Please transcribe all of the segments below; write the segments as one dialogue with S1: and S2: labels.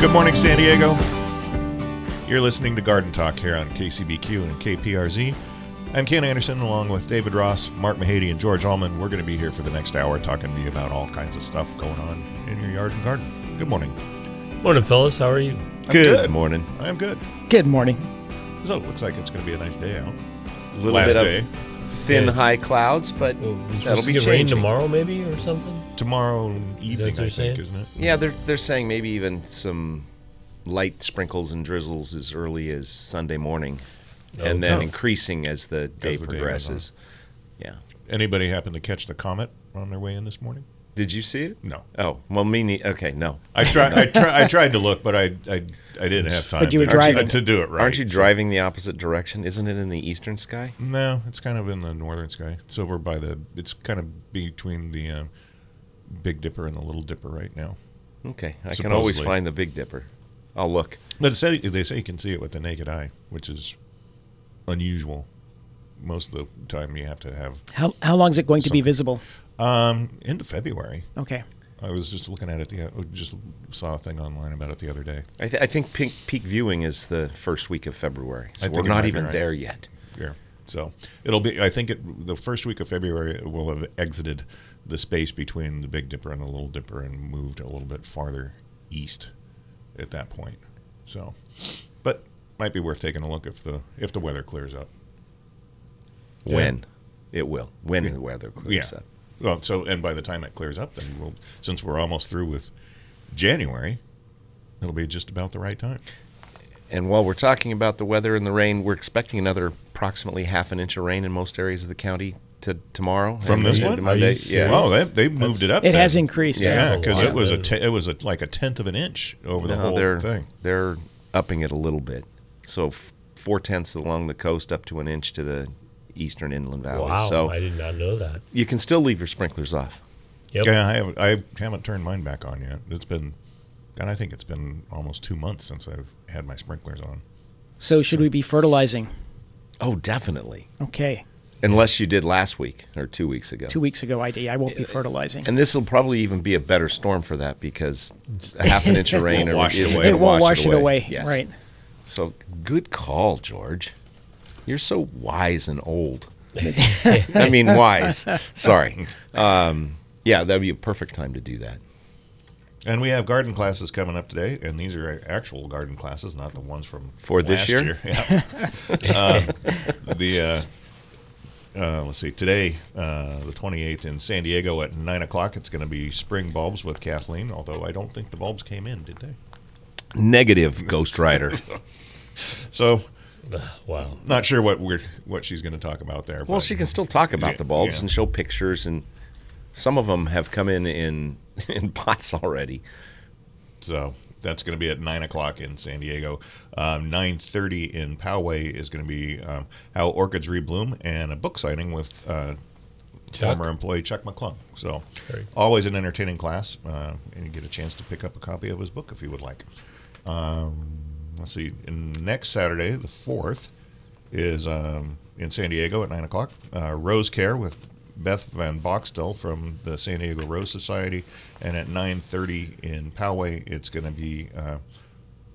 S1: Good morning, San Diego. You're listening to Garden Talk here on KCBQ and KPRZ. I'm Ken Anderson, along with David Ross, Mark Mahady, and George Allman. We're going to be here for the next hour talking to you about all kinds of stuff going on in your yard and garden. Good morning.
S2: Morning, fellas. How are you?
S1: I'm good.
S3: morning.
S1: I'm good.
S4: Good morning.
S1: So it looks like it's going to be a nice day out.
S3: A little
S1: Last
S3: bit of
S1: day.
S3: thin
S2: Yeah.
S3: high clouds, but
S2: Well, we're supposed
S3: that'll
S2: to
S3: be
S2: get rain
S3: changing.
S2: tomorrow, maybe, or something.
S1: Tomorrow evening,
S2: what
S1: I
S2: you're
S1: think,
S2: saying?
S1: isn't it?
S3: Yeah, they're they're saying maybe even some light sprinkles and drizzles as early as Sunday morning,
S2: Oh,
S3: and then
S1: Okay.
S3: increasing as the day
S1: As the day goes on.
S3: progresses. yeah.
S1: Anybody happen to catch the comet on their way in this morning?
S3: Did you see it?
S1: No.
S3: Oh well, me. Ne- okay, no.
S1: I tried. I, try, I tried to look, but I, I, I didn't have time.
S4: you were
S1: to-
S4: driving.
S1: to do it right.
S3: Aren't you
S1: so-
S3: driving the opposite direction? Isn't it in the eastern sky?
S1: No, it's kind of in the northern sky. It's over by the. It's kind of between the um, Big Dipper and the Little Dipper right now.
S3: Okay, I can always
S1: Hmm. Supposedly.
S3: find the Big Dipper. I'll look.
S1: But it say, they say you can see it with the naked eye, which is unusual. Most of the time, you have to have
S4: How how long is it going to be visible?
S1: um, into February.
S4: Okay.
S1: I was just looking at it. The oh, just saw a thing online about it the other day.
S3: I, th- I think peak, peak viewing is the first week of February.
S1: I
S3: So
S1: think
S3: we're
S1: it might
S3: not
S1: be
S3: even
S1: right.
S3: there yet.
S1: Yeah. So it'll be. I think it the first week of February it will have exited the space between the Big Dipper and the Little Dipper and moved a little bit farther east at that point. So, but might be worth taking a look if the if the weather clears up.
S2: Yeah.
S3: When it will. When the weather clears
S1: yeah.
S3: up.
S1: Well, so and by the time it clears up, then we'll since we're almost through with January, it'll be just about the right time.
S3: And while we're talking about the weather and the rain, we're expecting another approximately half an inch of rain in most areas of the county to tomorrow.
S1: From
S3: and
S1: this
S3: into
S1: one?
S3: Monday.
S2: Are you
S3: yeah.
S2: serious?
S1: Oh, they they moved it up.
S4: It has
S1: then.
S4: increased.
S3: Yeah.
S1: Yeah,
S2: That's a
S1: because it
S2: lot
S1: was a
S2: better.
S1: te- it was a, like a tenth of an inch over the
S3: No,
S1: whole
S3: they're,
S1: thing.
S3: They're upping it a little bit. So f- four tenths along the coast up to an inch to the eastern inland valley.
S2: Wow,
S3: so
S2: I did not know that.
S3: you can still leave your sprinklers off.
S2: Yep.
S1: Yeah, I haven't, I haven't turned mine back on yet. It's been, and I think it's been almost two months since I've had my sprinklers on.
S4: So should we be fertilizing?
S3: Oh, definitely.
S4: Okay.
S3: Unless you did last week or two weeks ago.
S4: Two weeks ago, I did. I won't be fertilizing.
S3: and this will probably even be a better storm for that because a half an inch of rain
S1: Won't
S3: or
S1: wash it
S3: isn't
S1: away.
S3: gonna
S4: it won't wash it away.
S3: Yes.
S4: Right.
S3: So good call, George. You're so wise and old. I mean, wise. Sorry. Um, yeah, that'd be a perfect time to do that.
S1: And we have garden classes coming up today, and these are actual garden classes, not the ones from
S3: For this
S1: last
S3: year?
S1: Yeah. um, the uh, uh, let's see, today uh, the twenty eighth in San Diego at nine o'clock. It's going to be spring bulbs with Kathleen. Although I don't think the bulbs came in, did they?
S3: Negative Ghost Rider.
S1: So
S2: Wow.
S1: not sure what we're what she's going to talk about there.
S3: well,
S1: but-
S3: she can still talk about the bulbs
S1: Yeah.
S3: and show pictures, and some of them have come in in, in pots already.
S1: So that's going to be at nine o'clock in San Diego. Um, nine thirty in Poway is going to be um, how orchids rebloom and a book signing with uh,
S2: Chuck?
S1: former employee Chuck McClung. So
S2: Very cool.
S1: always an entertaining class, uh, and you get a chance to pick up a copy of his book if you would like. Um, let's see. And next Saturday, the fourth, is um, in San Diego at nine o'clock. Uh, Rose Care with Beth Van Boxtel from the San Diego Rose Society, and at nine thirty in Poway, it's going to be uh,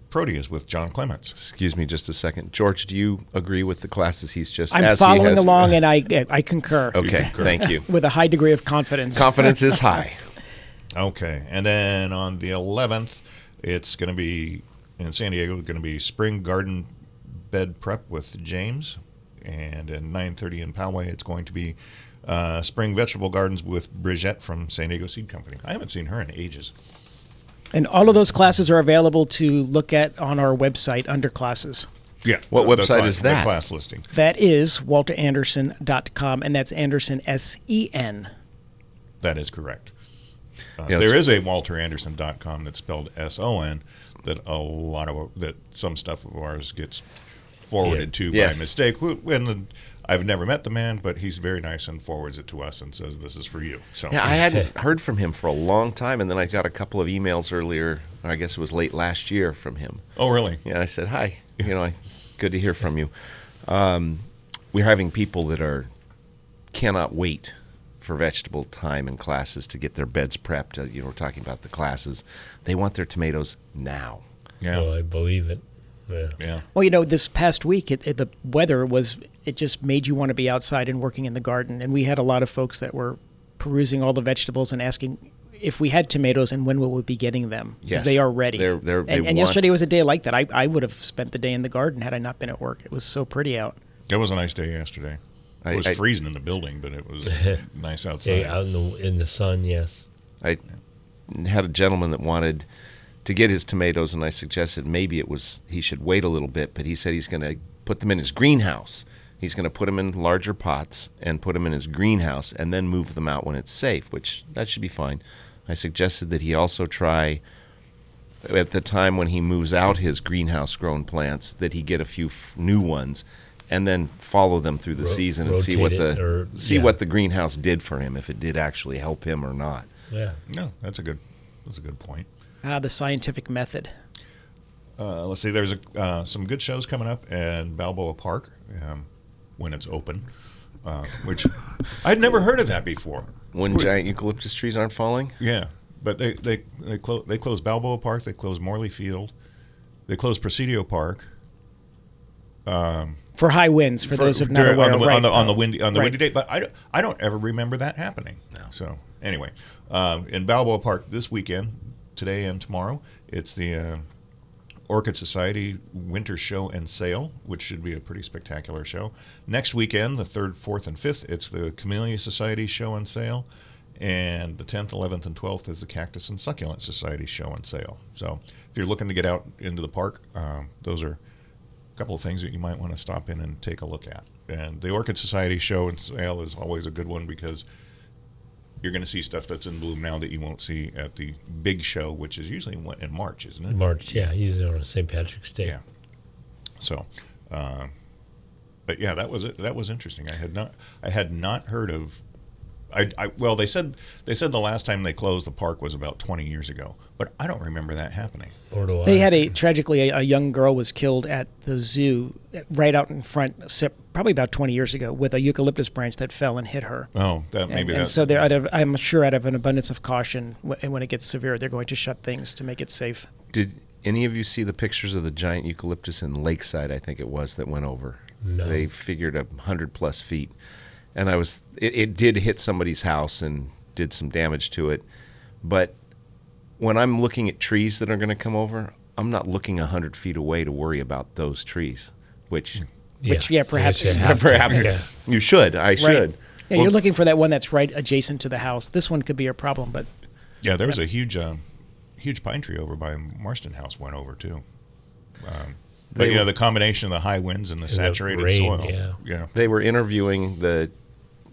S1: Proteas with John Clements.
S3: Excuse me just a second. George, do you agree with the classes he's just
S4: I'm
S3: as he
S4: following
S3: has-
S4: along, and I I concur
S3: Okay, thank you.
S4: with a high degree of confidence.
S3: Confidence is high.
S1: Okay, and then on the eleventh, it's going to be in San Diego. Going to be spring garden bed prep with James, and at nine thirty in Poway, it's going to be uh, Spring Vegetable Gardens with Brigitte from San Diego Seed Company. I haven't seen her in ages.
S4: And all of those classes are available to look at on our website under classes.
S1: Yeah.
S3: What
S1: the- the
S3: website
S1: class-
S3: is that?
S1: The class listing.
S4: That is walteranderson.com, and that's Anderson, S E N.
S1: That is correct. Uh,
S3: Yeah,
S1: there is
S3: it's-
S1: a walteranderson.com that's spelled S O N that a lot of that some stuff of ours gets forwarded to
S3: Yes.
S1: by mistake. Wh- When the, I've never met the man, but he's very nice and forwards it to us and says this is for you. So
S3: Yeah, I hadn't heard from him for a long time, and then I got a couple of emails earlier. Or I guess it was late last year from him.
S1: oh really?
S3: Yeah, I said hi. You know, I, good to hear from you. Um, we're having people that are cannot wait for vegetable time and classes to get their beds prepped. Uh, you know, we're talking about the classes. They want their tomatoes now.
S1: Yeah.
S2: Well, I believe it. Yeah.
S1: yeah.
S4: Well, you know, this past week, it, it, the weather was, it just made you want to be outside and working in the garden. And we had a lot of folks that were perusing all the vegetables and asking if we had tomatoes and when will we be getting them because
S3: Yes.
S4: they are ready.
S3: They're- they're-
S4: and
S3: they
S4: and
S3: want-
S4: yesterday was a day like that. I, I would have spent the day in the garden had I not been at work. It was so pretty out.
S1: It was a nice day yesterday.
S3: I-
S1: It was
S3: I-
S1: freezing in the building, but it was nice outside.
S2: Yeah, out in the in the sun, yes.
S3: I had a gentleman that wanted to get his tomatoes, and I suggested maybe it was he should wait a little bit, but he said he's going to put them in his greenhouse. He's going to put them in larger pots and put them in his greenhouse, and then move them out when it's safe, which that should be fine. I suggested that he also try at the time when he moves out his greenhouse grown plants that he get a few f- new ones and then follow them through the
S2: Ro-
S3: season and see what
S2: rotate it
S3: the
S2: or-
S3: see
S2: yeah.
S3: what the greenhouse did for him if it did actually help him or not.
S2: Yeah.
S1: No, that's a good that's a good point.
S4: Ah, the scientific method.
S1: Uh, let's see. There's a, uh, some good shows coming up in Balboa Park um, when it's open, uh, which I'd never heard of that before.
S3: When giant eucalyptus trees aren't falling?
S1: Yeah, but they they they close they close Balboa Park. They close Morley Field. They close Presidio Park
S4: For high winds, for, those of not
S1: during-
S4: aware,
S1: on the,
S4: right.
S1: on the on the windy on the
S4: Right.
S1: windy day. But I don't, I don't ever remember that happening. So anyway, um, in Balboa Park this weekend, today and tomorrow, it's the uh, Orchid Society Winter Show and Sale, which should be a pretty spectacular show. Next weekend, the third, fourth, and fifth, it's the Camellia Society Show and Sale. And the 10th, 11th, and 12th is the Cactus and Succulent Society show and sale. So, if you're looking to get out into the park, um, those are couple of things that you might want to stop in and take a look at. And the Orchid Society show and sale is always a good one because you're going to see stuff that's in bloom now that you won't see at the big show, which is usually in what- in March, isn't it?
S2: March, yeah, usually on St. Patrick's Day.
S1: Yeah. So, um, but yeah, that was it. That was interesting. I had not, I had not heard of. I, I well, they said they said the last time they closed the park was about 20 years ago, but I don't remember that happening.
S2: Or do I?
S4: They had a tragically a, a young girl was killed at the zoo eh, right out in front, se- probably about 20 years ago, with a eucalyptus branch that fell and hit her.
S1: Oh, that
S4: And,
S1: maybe
S4: and
S1: that,
S4: so they're out of, I'm sure out of an abundance of caution, wh- and when it gets severe, they're going to shut things to make it safe.
S3: Did any of you see the pictures of the giant eucalyptus in Lakeside? I think it was that went over.
S2: No.
S3: They figured a hundred plus feet, and I was it, it did hit somebody's house and did some damage to it. But when I'm looking at trees that are going to come over, I'm not looking a hundred feet away to worry about those trees, which
S4: Which, yeah, perhaps-
S2: Yes, you have to.
S3: perhaps
S2: Yeah.
S3: you should. I should.
S4: Yeah,
S3: Well,
S4: you're looking for that one that's right adjacent to the house. This one could be a problem, but
S1: Yeah, there was a huge, um, huge pine tree over by Marston House went over too. Um, but
S3: They
S1: you know
S3: were-
S1: the combination of the high winds and the saturated
S2: rain,
S1: soil.
S2: yeah.
S3: they were interviewing the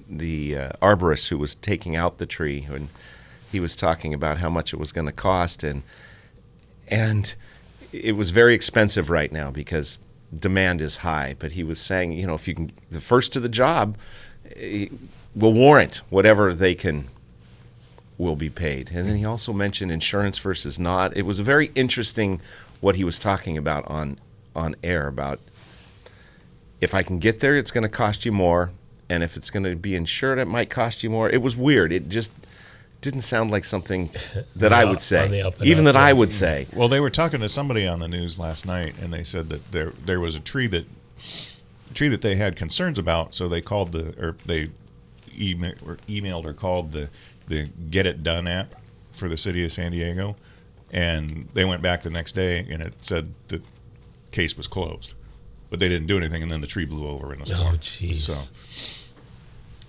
S3: the uh, arborist who was taking out the tree, and he was talking about how much it was going to cost, and and it was very expensive right now because demand is high. But he was saying, you know, if you can the first to the job, eh, will warrant whatever they can will be paid. And then he also mentioned insurance versus not. It was very interesting what he was talking about on on air about if I can get there, it's going to cost you more, and if it's going to be insured, it might cost you more. It was weird. It just didn't sound like something that I
S2: Yeah,
S3: would
S2: on
S3: say,
S2: the up and
S3: even
S2: up,
S3: that I
S2: yes.
S3: would say.
S1: Well, they were talking to somebody on the news last night, and they said that there there was a tree that tree that they had concerns about. So they called the or they email, or emailed or called the the Get It Done app for the city of San Diego, and they went back the next day and it said the case was closed, but they didn't do anything, and then the tree blew over in a storm.
S2: jeez.
S1: So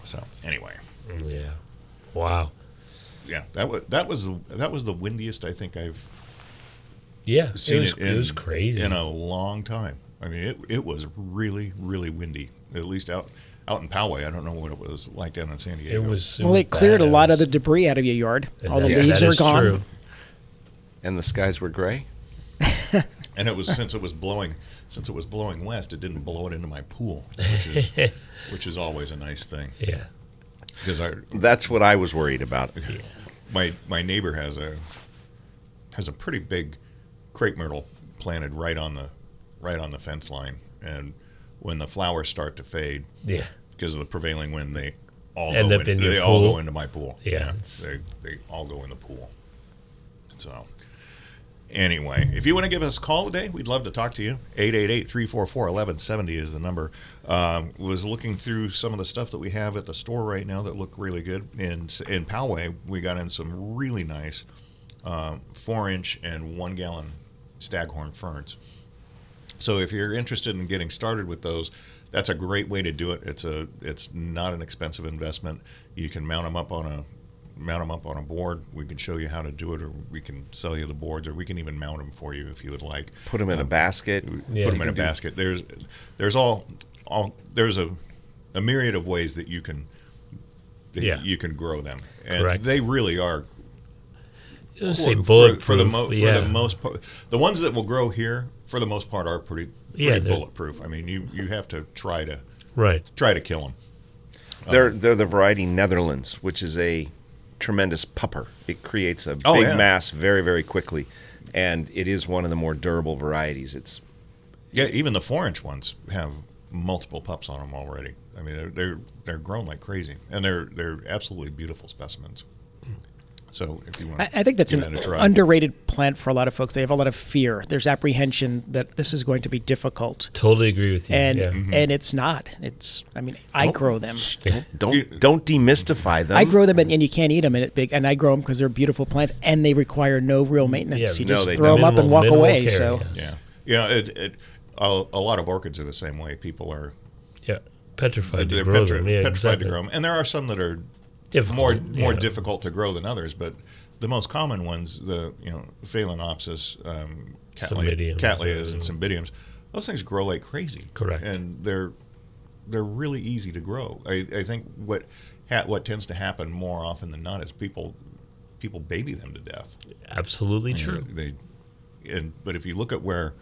S1: So anyway,
S2: Yeah. Wow.
S1: yeah, that was that was that was the windiest I think I've
S2: Yeah.
S1: seen
S2: it was,
S1: in,
S2: it was crazy.
S1: in a long time. I mean, it, it was really really windy. At least out out in Poway, I don't know what it was like down in San Diego.
S2: it was.
S4: Well, it cleared a
S2: bad.
S4: lot of the debris out of your yard.
S2: And
S4: All the
S2: that- yeah,
S4: leaves
S2: that
S4: are
S2: is
S4: gone.
S2: true.
S3: and the skies were gray.
S1: and it was since it was blowing since it was blowing west, it didn't blow it into my pool, which is which is always a nice thing
S2: Yeah.
S1: because I
S3: That's what I was worried about.
S1: my my neighbor has a has a pretty big crepe myrtle planted right on the right on the fence line, and when the flowers start to fade
S2: Yeah.
S1: because of the prevailing wind, they all
S2: End
S1: go
S2: up in your
S1: they all
S2: pool.
S1: go into my pool.
S2: Yeah, it's-
S1: they they all go in the pool. So. Anyway, if you want to give us a call today, we'd love to talk to you. 888-344-1170 is the number. Um, was looking through some of the stuff that we have at the store right now that look really good. In in Poway, we got in some really nice um, four inch and one gallon staghorn ferns. So if you're interested in getting started with those, that's a great way to do it. It's a it's not an expensive investment. You can mount them up on a mount them up on a board. We can show you how to do it, or we can sell you the boards, or we can even mount them for you if you would like.
S3: Put them in a basket.
S2: Yeah,
S1: Put
S2: you
S1: them in a
S2: can do-
S1: basket. There's there's all all there's a a myriad of ways that you can that
S2: Yeah.
S1: you can grow them, and
S2: Correct.
S1: they really are
S2: It was say
S1: for-
S2: bulletproof.
S1: for, the mo-
S2: yeah.
S1: for the most part. The ones that will grow here, for the most part, are pretty, pretty
S2: Yeah, they're-
S1: bulletproof. I mean, you, you have to try to
S2: Right.
S1: try to kill them.
S3: They're they're the variety Netherlands, which is a tremendous pupper. It creates a
S1: Oh,
S3: big
S1: yeah.
S3: mass very very quickly, and it is one of the more durable varieties. It's
S1: Yeah, even the four-inch ones have multiple pups on them already. I mean, they're they're, they're grown like crazy, and they're they're absolutely beautiful specimens. So if you want,
S4: I, I think that's
S1: give
S4: an
S1: that a try.
S4: underrated plant for a lot of folks. They have a lot of fear. There's apprehension that this is going to be difficult,
S2: Totally agree with you.
S4: and
S2: yeah.
S4: and it's not. It's I mean I grow them.
S3: don't don't demystify them.
S4: I grow them and, and you can't eat them and it big and I grow them because they're beautiful plants and they require no real maintenance.
S2: Mm, Yeah,
S4: you
S3: no,
S4: just
S3: they don't.
S4: throw them up and
S2: Minimal-
S4: walk
S2: minimal
S4: away.
S2: care,
S4: so
S2: yeah.
S1: yeah, you know, it, it a, a lot of orchids are the same way. People are
S2: Yeah. Petrified to
S1: they're
S2: grow
S1: petri-
S2: them. Yeah,
S1: petrified
S2: exactly.
S1: to grow them, and there are some that are
S2: Difficult,
S1: more
S2: yeah.
S1: more difficult to grow than others, but the most common ones, the you know phalaenopsis, um, cattleya,
S2: Cymbidiums.
S1: cattleyas, and cymbidiums, those things grow like crazy.
S2: Correct.
S1: and they're they're really easy to grow. I, I think what ha- what tends to happen more often than not is people people baby them to death.
S2: Absolutely
S1: You know,
S2: true.
S1: They and but if you look at where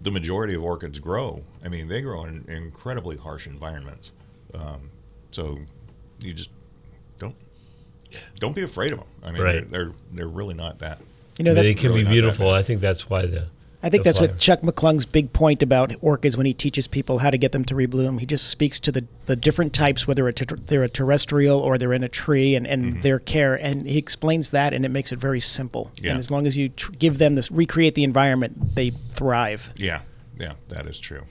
S1: the majority of orchids grow, I mean they grow in incredibly harsh environments. Um, so you just don't don't be afraid of them. I mean
S2: Right.
S1: they're, they're they're really not that.
S4: you know
S2: they
S4: that,
S2: can
S1: really not
S2: be
S1: that
S2: beautiful.
S1: bad.
S2: I think that's why the.
S4: I think
S2: the
S4: that's
S2: flower-
S4: what Chuck McClung's big point about orchids when he teaches people how to get them to rebloom. He just speaks to the, the different types, whether a ter- they're a terrestrial or they're in a tree, and, and
S2: Mm-hmm.
S4: their care. And he explains that, and it makes it very simple.
S1: Yeah.
S4: And as long as you tr- give them this, recreate the environment, they thrive.
S1: Yeah, yeah, that is true.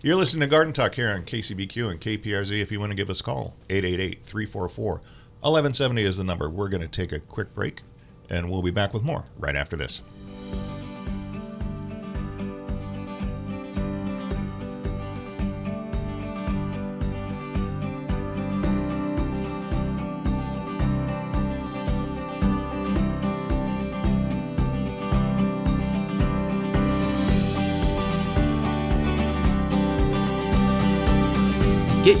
S1: You're listening to Garden Talk here on KCBQ and KPRZ. If you want to give us a call, 888 344 1170 is the number. We're going to take a quick break and we'll be back with more right after this.
S5: Get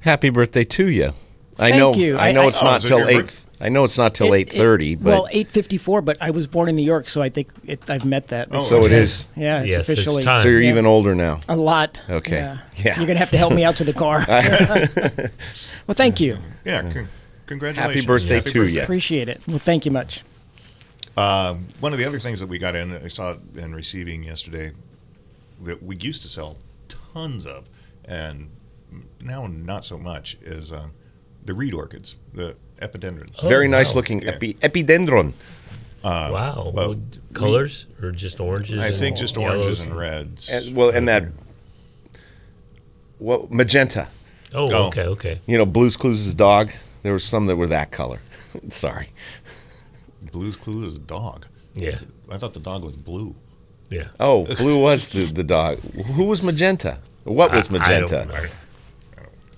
S3: Happy birthday to you.
S4: Thank
S3: I know
S4: you.
S3: I
S4: I-
S3: know
S4: I-
S3: it's
S1: Oh,
S3: not
S1: is it
S3: till
S1: your
S3: eight.
S1: birth-
S3: I know it's not till
S4: It-
S3: eight thirty,
S4: it-
S3: but
S4: well, eight fifty four. But I was born in New York, so I think it, I've met that.
S1: Oh,
S3: so it
S1: okay.
S3: is.
S4: yeah, it's
S2: Yes, it's
S4: officially
S2: time.
S3: So you're
S4: Yeah.
S3: even older now.
S4: a lot.
S3: Okay.
S4: Yeah.
S3: Yeah.
S4: You're gonna have to help me out to the car. well, thank you.
S1: Yeah, con- congratulations.
S3: Happy birthday to ya.
S4: Appreciate it. Well, thank you much.
S1: Um, one of the other things that we got in, I saw in receiving yesterday that we used to sell tons of, and now not so much is um, the reed orchids, the epidendrons.
S2: Oh,
S3: Very nice
S2: wow.
S3: looking
S1: Yeah.
S3: epi- epidendron.
S2: wow.
S1: Uh, well,
S2: Well, colors or just oranges?
S1: I
S2: and
S1: think just
S2: yellows?
S1: oranges and reds.
S3: And, well, and that well, magenta.
S2: Oh,
S1: Oh.
S2: okay, okay.
S3: You know, Blue's Clues' dog. There were some that were that color. Sorry.
S1: Blue's Clue is a dog.
S2: Yeah,
S1: I thought the dog was blue.
S2: yeah.
S3: Oh, blue was the, the dog. Who was magenta? What was
S2: I- I don't
S3: magenta?
S2: know.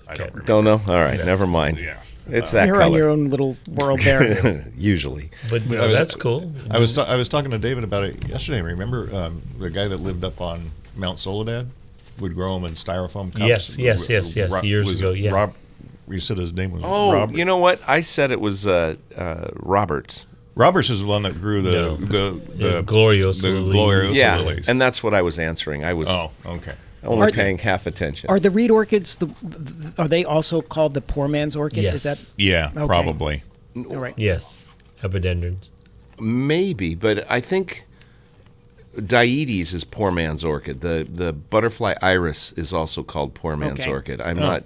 S1: I don't remember.
S3: Don't know. All right, never mind.
S1: Yeah.
S3: It's that
S4: You're
S3: color.
S4: on your own little world there.
S3: Usually.
S2: But no,
S1: was-
S2: that's cool.
S1: I was ta- I was talking to David about it yesterday. Remember um, the guy that lived up on Mount Soledad would grow them in styrofoam cups.
S2: Yes, yes, yes, yes, years
S1: was it
S2: ago, yeah.
S1: Rob, you said his name was.
S3: Oh,
S1: Robert.
S3: you know what? I said it was uh, uh, Roberts.
S1: Roberts is the one that grew the
S2: No.
S1: the the,
S2: Yeah, Gloriosa
S1: the
S2: lily.
S1: Gloriosa
S3: Yeah,
S1: lilies.
S3: and that's what I was answering. I was
S1: oh, okay.
S3: only
S4: Are-
S3: paying half attention.
S4: Are the reed orchids the, th- are they also called the poor man's orchid?
S2: Yes.
S4: Is that
S1: Yeah,
S4: Okay.
S1: probably.
S4: all right?
S2: Yes, epidendrons.
S3: Maybe, but I think Dietes is poor man's orchid. The the butterfly iris is also called poor man's
S4: Okay.
S3: orchid. I'm
S1: Oh.
S3: not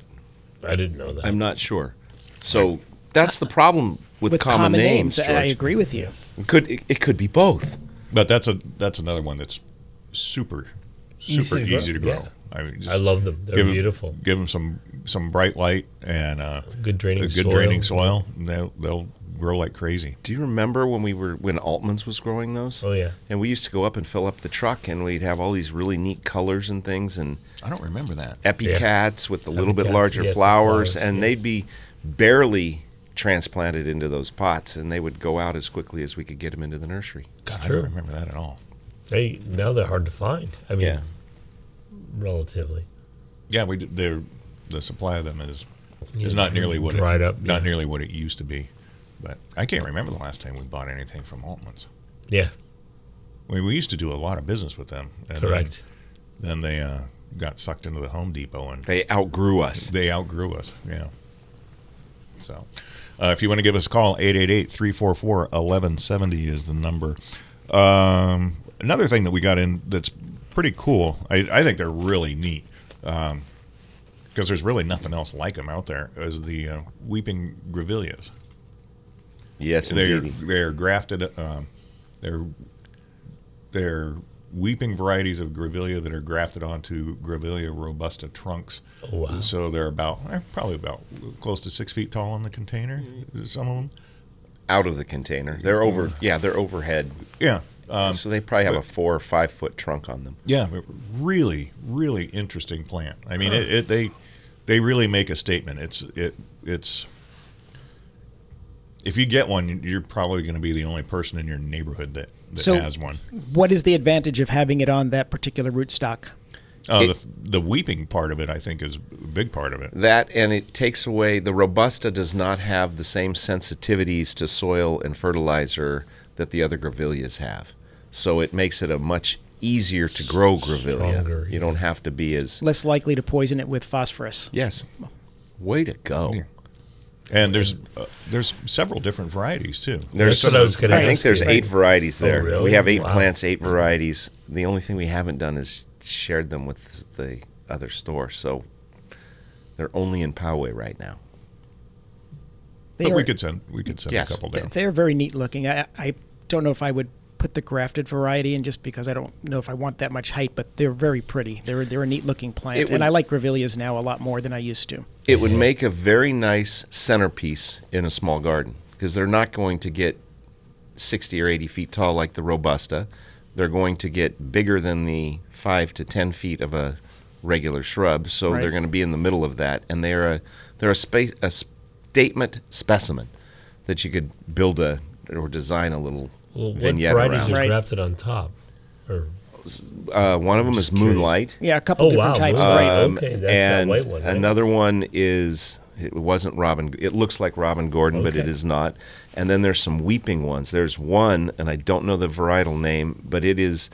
S2: I didn't know that.
S3: I'm not sure. So that's the problem with,
S4: With
S3: common, names.
S4: I- I
S3: George.
S4: agree with you.
S3: Could it, it could be both?
S1: But that's a that's another one that's super super
S2: to
S1: easy,
S2: grow,
S1: to grow.
S2: yeah.
S1: I mean, just
S2: I love them. They're
S1: give 'em-
S2: beautiful.
S1: Give them some some bright light and uh,
S2: Good draining
S1: a good
S2: soil.
S1: draining soil. And they'll they'll grow like crazy.
S3: Do you remember when we were when Altman's was growing those?
S2: Oh, yeah.
S3: And we used to go up and fill up the truck, and we'd have all these really neat colors and things, and
S1: I don't remember that.
S3: epicats with a little bit
S2: Epicats,
S3: larger
S2: yes, the
S3: flowers,
S2: flowers,
S3: and
S2: yes.
S3: they'd be barely transplanted into those pots, and they would go out as quickly as we could get them into the nursery.
S1: God, I
S2: Sure.
S1: don't remember that at all.
S2: They now they're hard to find. I mean,
S3: Yeah.
S2: relatively.
S1: Yeah, we did, they're, the supply of them is is
S2: Yeah,
S1: not nearly what
S2: dried
S1: it,
S2: up,
S1: not
S2: yeah.
S1: nearly what it used to be. But I can't remember the last time we bought anything from Altman's.
S2: Yeah,
S1: We, we used to do a lot of business with them. And then-
S2: correct.
S1: Then, they uh, got sucked into the Home Depot and
S3: They outgrew us.
S1: they outgrew us. Yeah. So, uh, if you want to give us a call, 888 344 1170 is the number. Um, another thing that we got in that's pretty cool, I, I think they're really neat because there's really nothing else like them out there, is the uh, Weeping Grevilleas.
S3: Yes,
S1: They're,
S3: indeed.
S1: they're grafted, um, they're, they're weeping varieties of grevillea that are grafted onto grevillea robusta trunks.
S2: Oh, wow.
S1: So they're about they're probably about close to six feet tall in the container.
S2: Mm-hmm.
S1: Some of them,
S3: Out of the container. They're over. Yeah, they're overhead.
S1: yeah, um,
S3: so they probably have a four or five foot trunk on them.
S1: yeah, but really, really interesting plant. I mean, it, it they they really make a statement. It's it it's if you get one, you're probably going to be the only person in your neighborhood that, that
S4: So-
S1: has one.
S4: What is the advantage of having it on that particular rootstock?
S1: Uh,
S3: It-
S1: the, the weeping part of it, I think, is a big part of it.
S3: That and it takes away the robusta does not have the same sensitivities to soil and fertilizer that the other grevilleas have. So it makes it a much easier to grow grevillea.
S2: Stronger,
S3: you don't have to be as
S4: Less likely to poison it with phosphorus.
S3: Yes. Way to go.
S1: And there's uh, there's several different varieties too.
S3: There's
S2: That's what I was gonna
S3: I think
S2: ask
S3: there's
S2: you.
S3: eight varieties
S2: Oh,
S3: there.
S2: really?
S3: We have eight
S2: Wow.
S3: plants, eight varieties. The only thing we haven't done is shared them with the other store. So they're only in Poway right now.
S4: They
S1: but
S4: are,
S1: we could send we could send
S3: Yes.
S1: a couple
S4: they-
S1: down.
S4: They're very neat looking. I, I don't know if I would put the grafted variety in just because I don't know if I want that much height, but they're very pretty. They're they're a neat looking plant,
S3: It would-
S4: and I like grevilleas now a lot more than I used to.
S3: It would make a very nice centerpiece in a small garden because they're not going to get 60 or 80 feet tall like the Robusta. They're going to get bigger than the 5 to 10 feet of a regular shrub, so
S4: Right.
S3: they're going to be in the middle of that and they're a they're a space a statement specimen that you could build a or design a little
S2: Well, what
S3: vignette
S2: varieties
S3: around.
S2: are
S4: Right.
S2: grafted on top? Or
S3: Uh, one of them is Moonlight.
S4: Yeah, a couple
S2: oh wow,
S4: different types.
S2: wow,
S4: right.
S3: Um,
S2: okay, that's
S3: and
S2: that white one. right?
S3: another one is it wasn't Robin. It looks like Robin Gordon, but it
S2: Okay.
S3: is not. And then there's some weeping ones. There's one, and I don't know the varietal name, but it is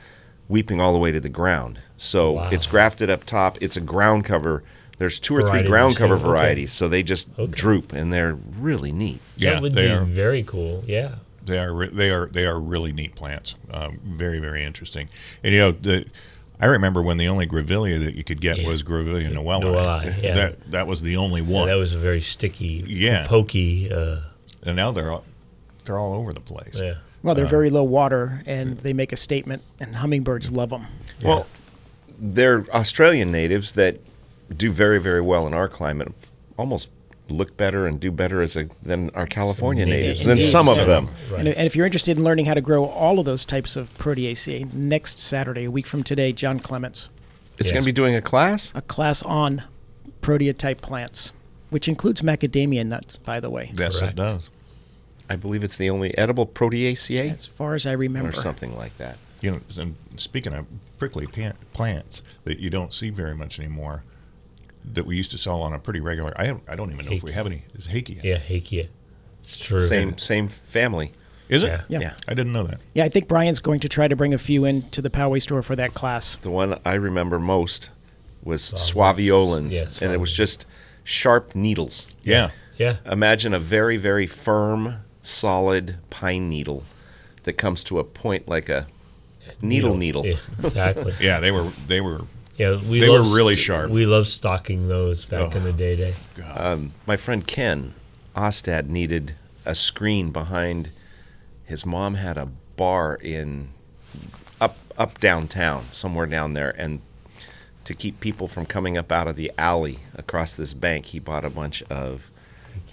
S3: weeping all the way to the ground. So
S2: Wow.
S3: it's grafted up top. It's a ground cover. There's two or
S2: Variety
S3: three
S2: of
S3: ground
S2: the
S3: cover
S2: same, okay.
S3: varieties, so they just
S2: Okay.
S3: droop, and they're really neat.
S1: Yeah,
S2: that would
S1: they
S2: be
S1: are
S2: very cool. Yeah,
S1: they are re- they are they are really neat plants. Um, very very interesting. And you know the I remember when the only Grevillea that you could get was Grevillea novelli.
S2: Novelli, yeah.
S1: That that was the only
S2: Yeah,
S1: one.
S2: that was a very sticky,
S1: Yeah.
S2: pokey. Uh,
S1: and now they're all, they're all over the place.
S2: yeah.
S4: Well, they're very low water, and they make a statement, and hummingbirds love them.
S3: Well, they're Australian natives that do very, very well in our climate. Almost look better and do better as a, than our California
S2: Indeed.
S3: natives, than
S4: Indeed.
S3: some of
S4: Some
S3: them.
S2: Right.
S4: And, and if you're interested in learning how to grow all of those types of proteaceae, next Saturday, a week from today, John Clements,
S3: It's
S2: Yes.
S3: going to be doing a class.
S4: a class on proteotype plants, which includes macadamia nuts, by the way,
S1: Yes,
S2: Correct.
S1: it does.
S3: I believe it's the only edible proteaceae
S4: as far as I remember.
S3: or something like that.
S1: You know, and speaking of prickly pan- plants that you don't see very much anymore, that we used to sell on a pretty regular. I have, I don't even know if we have any. Is Hakea?
S2: Yeah, Hakia. It's true.
S3: Same, same family.
S1: Is it?
S2: Yeah.
S4: Yeah.
S3: Yeah.
S1: I didn't know that.
S4: Yeah, I think Brian's going to try to bring a few in to the Poway store for that class.
S3: The one I remember most was suaviolins,
S2: Yes,
S3: and it was
S2: suaviolins.
S3: just sharp needles.
S1: Yeah.
S2: Yeah.
S3: Imagine a very, very firm, solid pine needle that comes to a point like a needle needle.
S2: Yeah, exactly.
S1: Yeah, they were they were
S2: Yeah, we
S1: They
S2: love-
S1: were really sharp.
S2: We loved stocking those back in the day. Day.
S3: My friend Ken Ostad needed a screen behind his mom had a bar in up up downtown, somewhere down there, and to keep people from coming up out of the alley across this bank, he bought a bunch of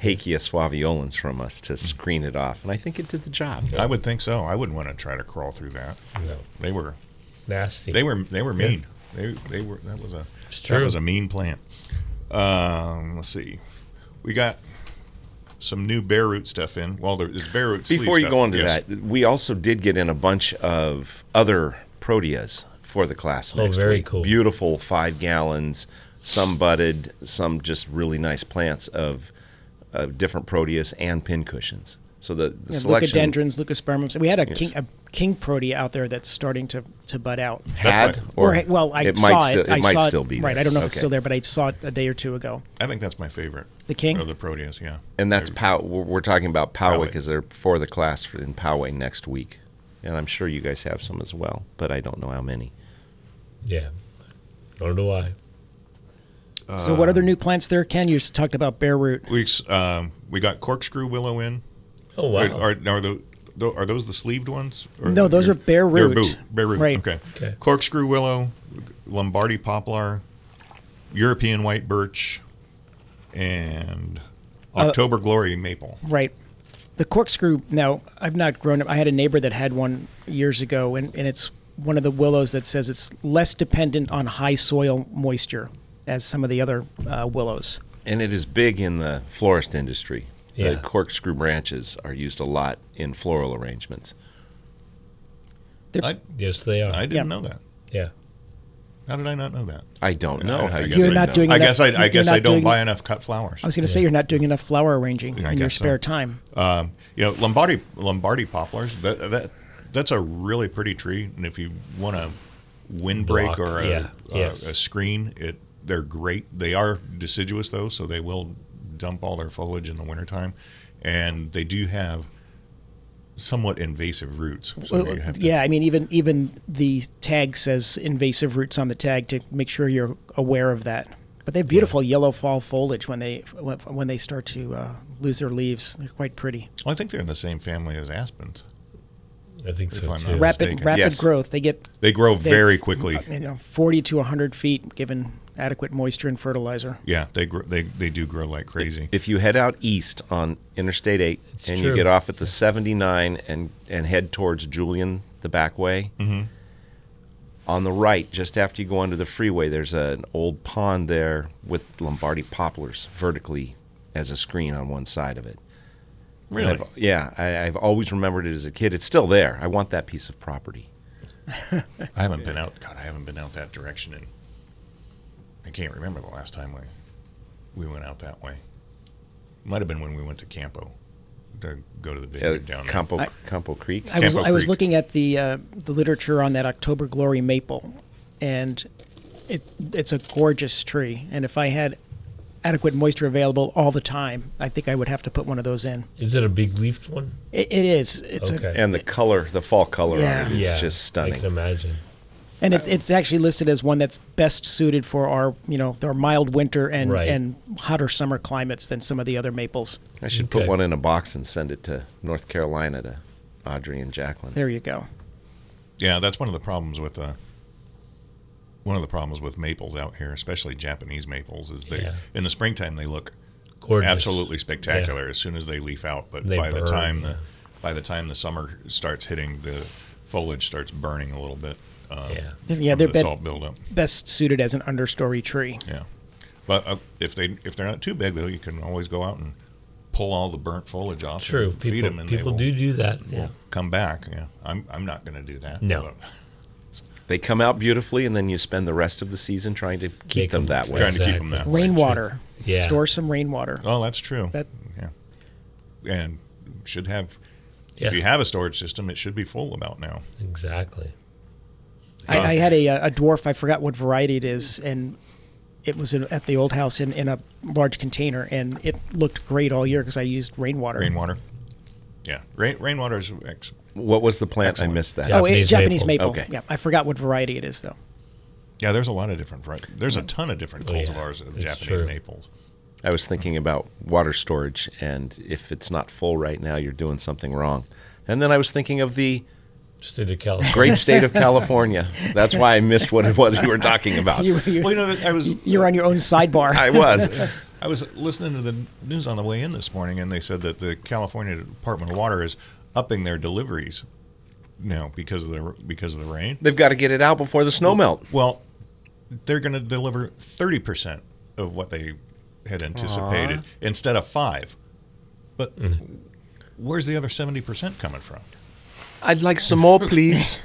S3: Hakia suaviolins from us to screen it off, and I think it did the job.
S1: I would think so. I wouldn't want to try to crawl through that.
S2: No,
S1: They were
S2: nasty.
S1: they were they were mean. They they were that was a
S2: It's
S1: that
S2: true.
S1: was a mean plant. Um, let's see. We got some new bare root stuff in. Well, there- there's bare root. sleeve
S3: Before you
S1: stuff.
S3: go on to
S1: Yes.
S3: that, we also did get in a bunch of other proteas for the class
S2: Oh,
S3: next
S2: very
S3: week.
S2: cool.
S3: Beautiful five gallons, some budded, some just really nice plants of, of different proteas and pincushions. So the, the
S4: Yeah,
S3: selection
S4: leucodendrons, leucospermums. We had a king a king protea out there that's starting to, to bud out.
S3: had,
S1: That's
S4: Or, well, I
S3: it
S4: saw
S3: might still,
S4: it. I
S3: might
S4: saw
S3: still
S4: it,
S3: be
S4: right.
S3: there.
S4: I don't know if it's
S3: Okay.
S4: still there, but I saw it a day or two ago.
S1: I think that's my favorite.
S4: The king?
S1: of the proteas. Yeah.
S3: And that's Pow. We're we're talking about Poway
S1: Poway.
S3: because they're for the class for, in Poway next week, and I'm sure you guys have some as well, but I don't know how many.
S2: yeah, nor do I.
S3: Uh,
S4: so, what other new plants there, Ken? You talked about bare root.
S1: We ex- um, we got corkscrew willow in.
S2: Oh wow.
S3: Uh-huh.
S1: Are, are, are the tho- are those the sleeved ones? Or
S4: No, those are bare
S1: They're
S4: root.
S1: boo- bare root.
S4: Right.
S1: Okay.
S2: Okay.
S1: Corkscrew willow, Lombardy poplar, European white birch, and
S4: Uh,
S1: October glory maple.
S4: Right. The corkscrew. Now, I've not grown up. I had a neighbor that had one years ago, and, and it's one of the willows that says it's less dependent on high soil moisture as some of the other uh, willows.
S3: And it is big in the florist industry.
S2: Yeah.
S3: The corkscrew branches are used a lot in floral arrangements.
S1: I
S2: yes, they are.
S1: I didn't
S4: Yeah.
S1: know that.
S2: yeah.
S1: How did I not know that?
S3: I don't know
S1: I-
S3: how
S1: I
S3: you
S1: guess
S3: guys
S4: You're not
S3: know.
S4: doing
S1: I
S4: enough-
S1: guess I, I
S4: you're
S1: guess
S4: not
S1: I don't
S4: doing- Oh,
S1: buy enough cut flowers.
S4: I was going to say you're not doing enough flower arranging
S1: Yeah, I
S4: in your
S1: guess so.
S4: spare time.
S1: Um, you know, Lombardi Lombardi poplars. That, that that's a really pretty tree, and if you want a windbreak
S2: Block,
S1: or a,
S2: yeah,
S1: a,
S2: yes.
S1: a screen, it they're great. They are deciduous though, so they will dump all their foliage in the wintertime, and they do have somewhat invasive roots. So
S4: Well,
S1: you have to,
S4: yeah, I mean, even even the tag says invasive roots on the tag to make sure you're aware of that. But they have beautiful yellow fall foliage when they when when they start to uh, lose their leaves. They're quite pretty.
S1: I think they're in the same family as aspens.
S2: I think
S1: If
S2: so
S1: I'm not
S2: too.
S4: Rapid
S1: mistaken.
S4: rapid
S3: Yes.
S4: growth. They get
S1: They grow
S4: they-
S1: very quickly.
S4: You know, forty to hundred feet, given adequate moisture and fertilizer.
S1: Yeah, they grow, they they do grow like crazy.
S3: If you head out east on Interstate 8
S2: It's
S3: and
S2: true.
S3: you get off at the 79 and, and head towards Julian the back way,
S2: Mm-hmm.
S3: on the right, just after you go onto the freeway, there's an old pond there with Lombardi poplars vertically as a screen on one side of it.
S1: Really,
S3: I've- yeah, I, I've always remembered it as a kid. It's still there. I want that piece of property.
S1: I haven't been out. God, I haven't been out that direction, and I can't remember the last time we we went out that way. Might have been when we went to Campo to go to the big
S3: Yeah,
S1: down there.
S3: Campo, Campo Creek.
S4: I was
S1: Campo
S4: I was
S1: Creek.
S4: looking at the uh, the literature on that October Glory maple, and it it's a gorgeous tree. And if I had adequate moisture available all the time, I think I would have to put one of those in.
S2: Is it a big leafed one?
S4: It, it is. It's
S2: Okay.
S4: a,
S3: and the color, the fall color on
S4: Yeah.
S3: it is just
S2: I
S3: stunning.
S2: can imagine.
S4: and and it's it's actually listed as one that's best suited for our you know our mild winter and
S2: Right.
S4: and hotter summer climates than some of the other maples.
S3: I should
S2: Okay.
S3: put one in a box and send it to North Carolina to Audrey and Jacqueline.
S4: There you go.
S1: Yeah, that's one of the problems with uh, one of the problems with maples out here, especially Japanese maples, is they
S2: Yeah.
S1: in the springtime they look
S2: Gorgeous.
S1: absolutely spectacular as soon as they leaf out. But
S2: They
S1: by the
S2: burn,
S1: time
S2: yeah.
S1: the by the time the summer starts hitting, the foliage starts burning a little bit. Um,
S2: Yeah.
S4: They're- yeah,
S1: from
S4: they're
S1: the
S4: bet-
S1: salt buildup.
S4: best suited as an understory tree.
S1: Yeah, but uh, if they if they're not too big though, you can always go out and pull all the burnt foliage off.
S2: True.
S1: and feed
S2: People,
S1: them, and
S2: people
S1: they
S2: do
S1: will,
S2: do that. Yeah.
S1: will come back. Yeah, I'm I'm not going to do that.
S2: No.
S1: but-
S3: They come out beautifully, and then you spend the rest of the season trying to keep
S2: Make
S3: them,
S2: them
S3: that way.
S1: trying to keep them
S2: Exactly.
S1: that way.
S4: Rainwater.
S2: Yeah.
S4: Store some rainwater.
S1: Oh, that's true.
S4: That-
S1: yeah, and should have.
S2: Yeah.
S1: If you have a storage system, it should be full about now.
S2: Exactly.
S4: I, I had a, uh, a dwarf. I forgot what variety it is, and it was in, at the old house in, in a large container, and it looked great all year because I used rainwater.
S1: Rainwater. Yeah, rain rainwater is ex-
S3: What was the plant?
S1: Excellent.
S3: I missed that.
S2: Yeah.
S4: Oh,
S2: Japanese
S4: it's Japanese
S2: maple.
S4: maple.
S3: Okay.
S4: Yeah, I forgot what variety it is though.
S1: yeah. There's a lot of different. vari- There's a ton of different
S2: Oh, yeah.
S1: cultivars of
S2: It's
S1: Japanese
S2: true.
S1: maples.
S3: I was thinking about water storage, and if it's not full right now, you're doing something wrong. And then I was thinking of the
S2: State of California.
S3: great state of California. That's why I missed what it was you were talking about.
S4: You, you,
S1: Well, you know, I was
S4: you're on your own sidebar.
S3: I was.
S1: I was listening to the news on the way in this morning, and they said that the California Department of Water is upping their deliveries now because of the because of the rain.
S3: They've got to get it out before the snow melt.
S1: Well, they're going to deliver thirty percent of what they had anticipated instead of five. But where's the other seventy percent coming from?
S3: I'd like some more, please.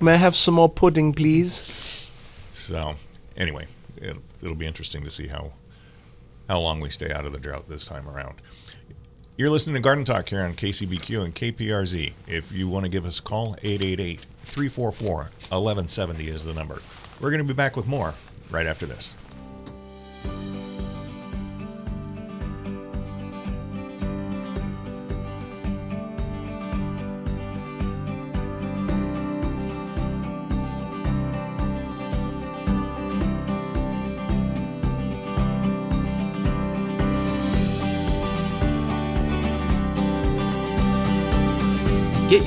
S3: May I have some more pudding, please?
S1: So anyway, it, it'll be interesting to see how how long we stay out of the drought this time around. You're listening to Garden Talk here on KCBQ and KPRZ. If you want to give us a call, 888 344 1170 is the number. We're going to be back with more right after this.
S5: Get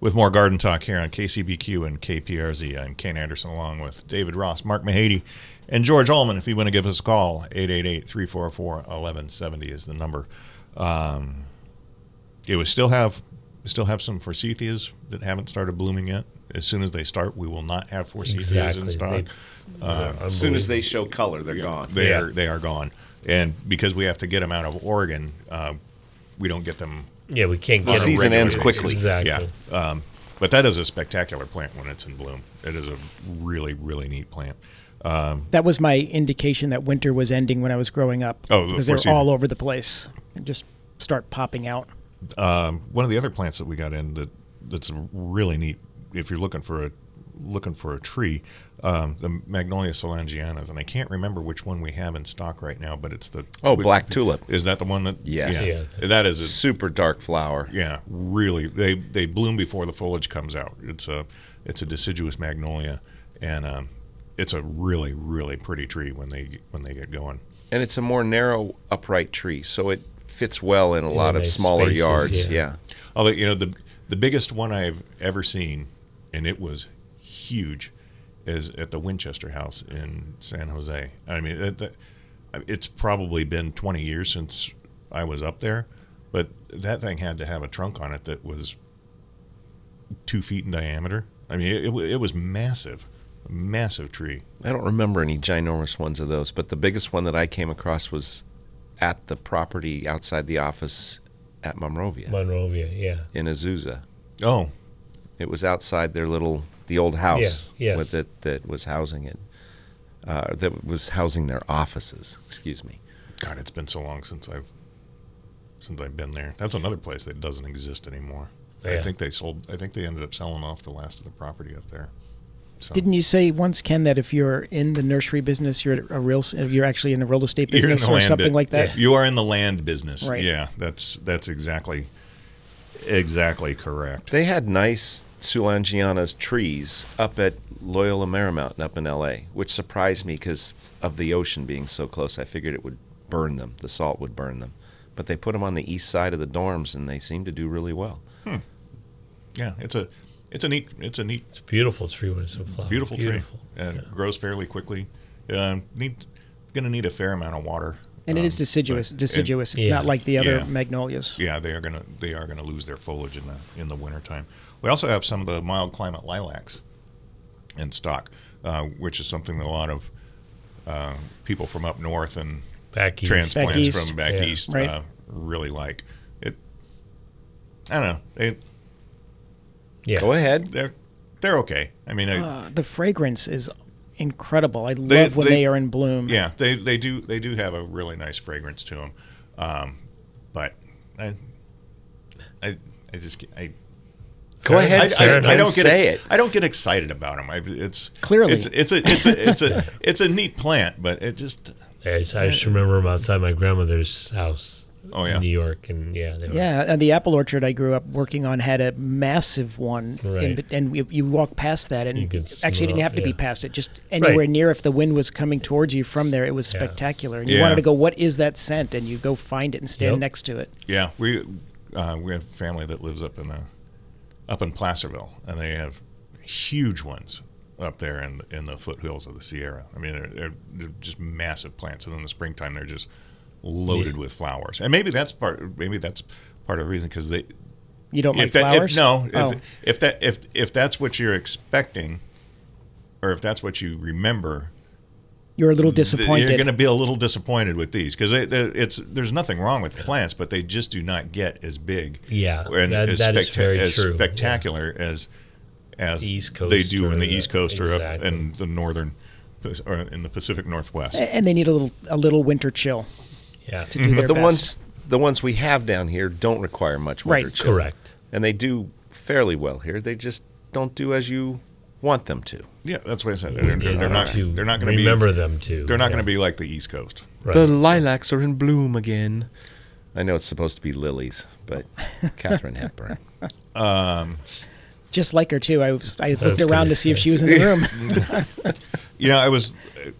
S1: with more garden talk here on KCBQ and KPRZ. I'm Ken Anderson along with David Ross, Mark Mahady, and George Allman. If you want to give us a call, 888 344 1170 is the number. Um, yeah, we still have we still have some forsythias that haven't started blooming yet. As soon as they start, we will not have forsythias
S2: Exactly.
S1: in stock. Uh,
S2: They- they're
S3: As soon as they
S2: unbelievable.
S3: show color, they're gone.
S1: They
S2: Yeah.
S1: are they are gone, and because we have to get them out of Oregon, uh, we don't get them
S2: Yeah, we can't
S3: The
S2: get 'em
S3: season
S1: regular
S3: ends
S1: basis.
S3: quickly.
S2: Exactly.
S1: Yeah. Um, but that is a spectacular plant when it's in bloom. It is a really, really neat plant. Um,
S4: That was my indication that winter was ending when I was growing up.
S1: Oh, the
S4: because
S1: four
S4: they're
S1: season.
S4: all over the place and just start popping out.
S1: um, one of the other plants that we got in that that's really neat. If you're looking for a looking for a tree, um, the Magnolia solangianas, and I can't remember which one we have in stock right now, but it's the
S3: Oh,
S1: it's
S3: black
S1: the-
S3: tulip.
S1: Is that the one that?
S3: Yes.
S1: Yeah.
S2: Yeah.
S1: That is a
S3: Super dark flower.
S1: Yeah, really. They they bloom before the foliage comes out. It's a it's a deciduous magnolia, and um, it's a really really pretty tree when they when they get going.
S3: and it's a more narrow upright tree so it fits well in a lot of
S2: nice
S3: smaller
S2: spaces,
S3: yards
S2: yeah.
S3: yeah.
S1: Although you know the the biggest one I've ever seen, and it was huge, is at the Winchester House in San Jose. I mean, it, that- it's probably been 20 years since I was up there, but that thing had to have a trunk on it that was two feet in diameter. I mean, it, it, wa- it was massive, massive tree.
S3: i don't remember any ginormous ones of those but the biggest one that i came across was at the property outside the office at monrovia
S2: Monrovia, yeah.
S3: in azusa
S1: Oh,
S3: it was outside their little the old house
S2: Yeah, yes.
S3: with it, that was housing it, uh, that was housing their offices. Excuse me.
S1: God, it's been so long since I've since I've been there. That's another place that doesn't exist anymore. I
S2: Yeah.
S1: think they sold. I think they ended up selling off the last of the property up there. So
S4: Didn't you say once, Ken, that if you're in the nursery business, you're a real, you're actually in the real estate
S1: You're in
S4: business
S1: the
S4: or
S1: land
S4: something
S1: bu-
S4: like that?
S1: You are in the land business.
S4: Right.
S1: Yeah, that's that's exactly exactly correct.
S3: They had nice Sulangiana's trees up at Loyola Marymount up in L.A., which surprised me because of the ocean being so close. I figured it would burn them. The salt would burn them. But they put them on the east side of the dorms, and they seem to do really well.
S1: Yeah, it's a it's a neat it's a neat
S2: It's a beautiful tree when it's in flower.
S1: beautiful, tree. Uh, Grows fairly quickly. Um, need going to need a fair amount of water.
S4: And it
S1: Um,
S4: is deciduous.
S1: but-
S4: deciduous. it's
S2: Yeah.
S4: not like the other
S1: Yeah.
S4: magnolias.
S1: Yeah, they are gonna they are gonna lose their foliage in the in the wintertime. We also have some of the mild climate lilacs in stock, uh, which is something that a lot of uh, people from up north and
S2: Back east.
S1: transplants
S4: east.
S1: from back
S2: Yeah.
S1: east
S4: Right.
S1: uh, really like. It, I don't know. They
S2: yeah.
S3: Go ahead.
S1: they're they're okay. I mean, I,
S4: Uh, the fragrance is incredible. I love
S1: They-
S4: when
S1: they-
S4: they, are in bloom.
S1: yeah, they they do they do have a really nice fragrance to them, um, but I I I just I
S3: Go
S2: Fair
S3: ahead.
S2: enough.
S1: I,
S3: sir.
S2: Fair
S1: I, I don't get ex-
S3: say it.
S1: I don't get excited about them. I, it's
S4: Clearly.
S1: it's it's a it's a it's a it's a neat plant, but it just
S2: Yeah, it's- I just remember them outside my grandmother's house
S1: Oh, yeah.
S2: in New York, and yeah, they were,
S4: Yeah, and the apple orchard I grew up working on had a massive one,
S2: Right.
S4: and, and you, you walk past that, and
S2: You could
S4: actually it
S2: smell
S4: didn't
S2: it,
S4: have to be
S2: yeah.
S4: past it. Just anywhere
S2: Right.
S4: near, if the wind was coming towards you from there, it was spectacular, and you
S1: Yeah.
S4: wanted to go. What is that scent? And you go find it and stand
S2: Yep.
S4: next to it.
S1: yeah. We uh, we have family that lives up in uh, up in Placerville, and they have huge ones up there in in the foothills of the Sierra. I mean, they're, they're, they're just massive plants, and in the springtime they're just loaded with flowers. And maybe that's part maybe that's part of the reason because they
S4: You don't like
S1: if that,
S4: flowers?
S1: if, no, if,
S4: Oh.
S1: if that if if that's what you're expecting, or if that's what you remember,
S4: you're a little
S1: th-
S4: disappointed.
S1: you're going to be a little disappointed with these because it's there's nothing wrong with the plants, but they just do not get as big,
S2: Yeah,
S1: and
S2: that-
S1: as,
S2: that is
S1: specta-
S2: very
S1: as
S2: true, yeah.
S1: spectacular as as
S2: The East Coast
S1: they do in the
S2: or
S1: East
S2: the-
S1: Coast or up
S2: exactly.
S1: in the northern or in the Pacific Northwest.
S4: A- and they need a little a little winter chill
S2: yeah,
S4: to do their
S3: the
S4: best.
S3: ones the ones we have down here don't require much
S4: Right.
S3: winter chill.
S2: correct.
S3: and they do fairly well here. They just don't do as you want them to.
S1: Yeah, that's what I said. They're,
S2: Yeah,
S1: they're
S2: you
S1: not
S2: have to
S1: they're not going to be
S2: remember them too.
S1: They're not
S2: yeah.
S1: going to be like the East Coast.
S2: Right.
S3: The lilacs are in bloom again. I know it's supposed to be lilies, but Catherine Hepburn.
S4: just like her too. I was I looked
S2: gonna
S4: around to see if
S2: say.
S4: she was in the room.
S1: You know, I was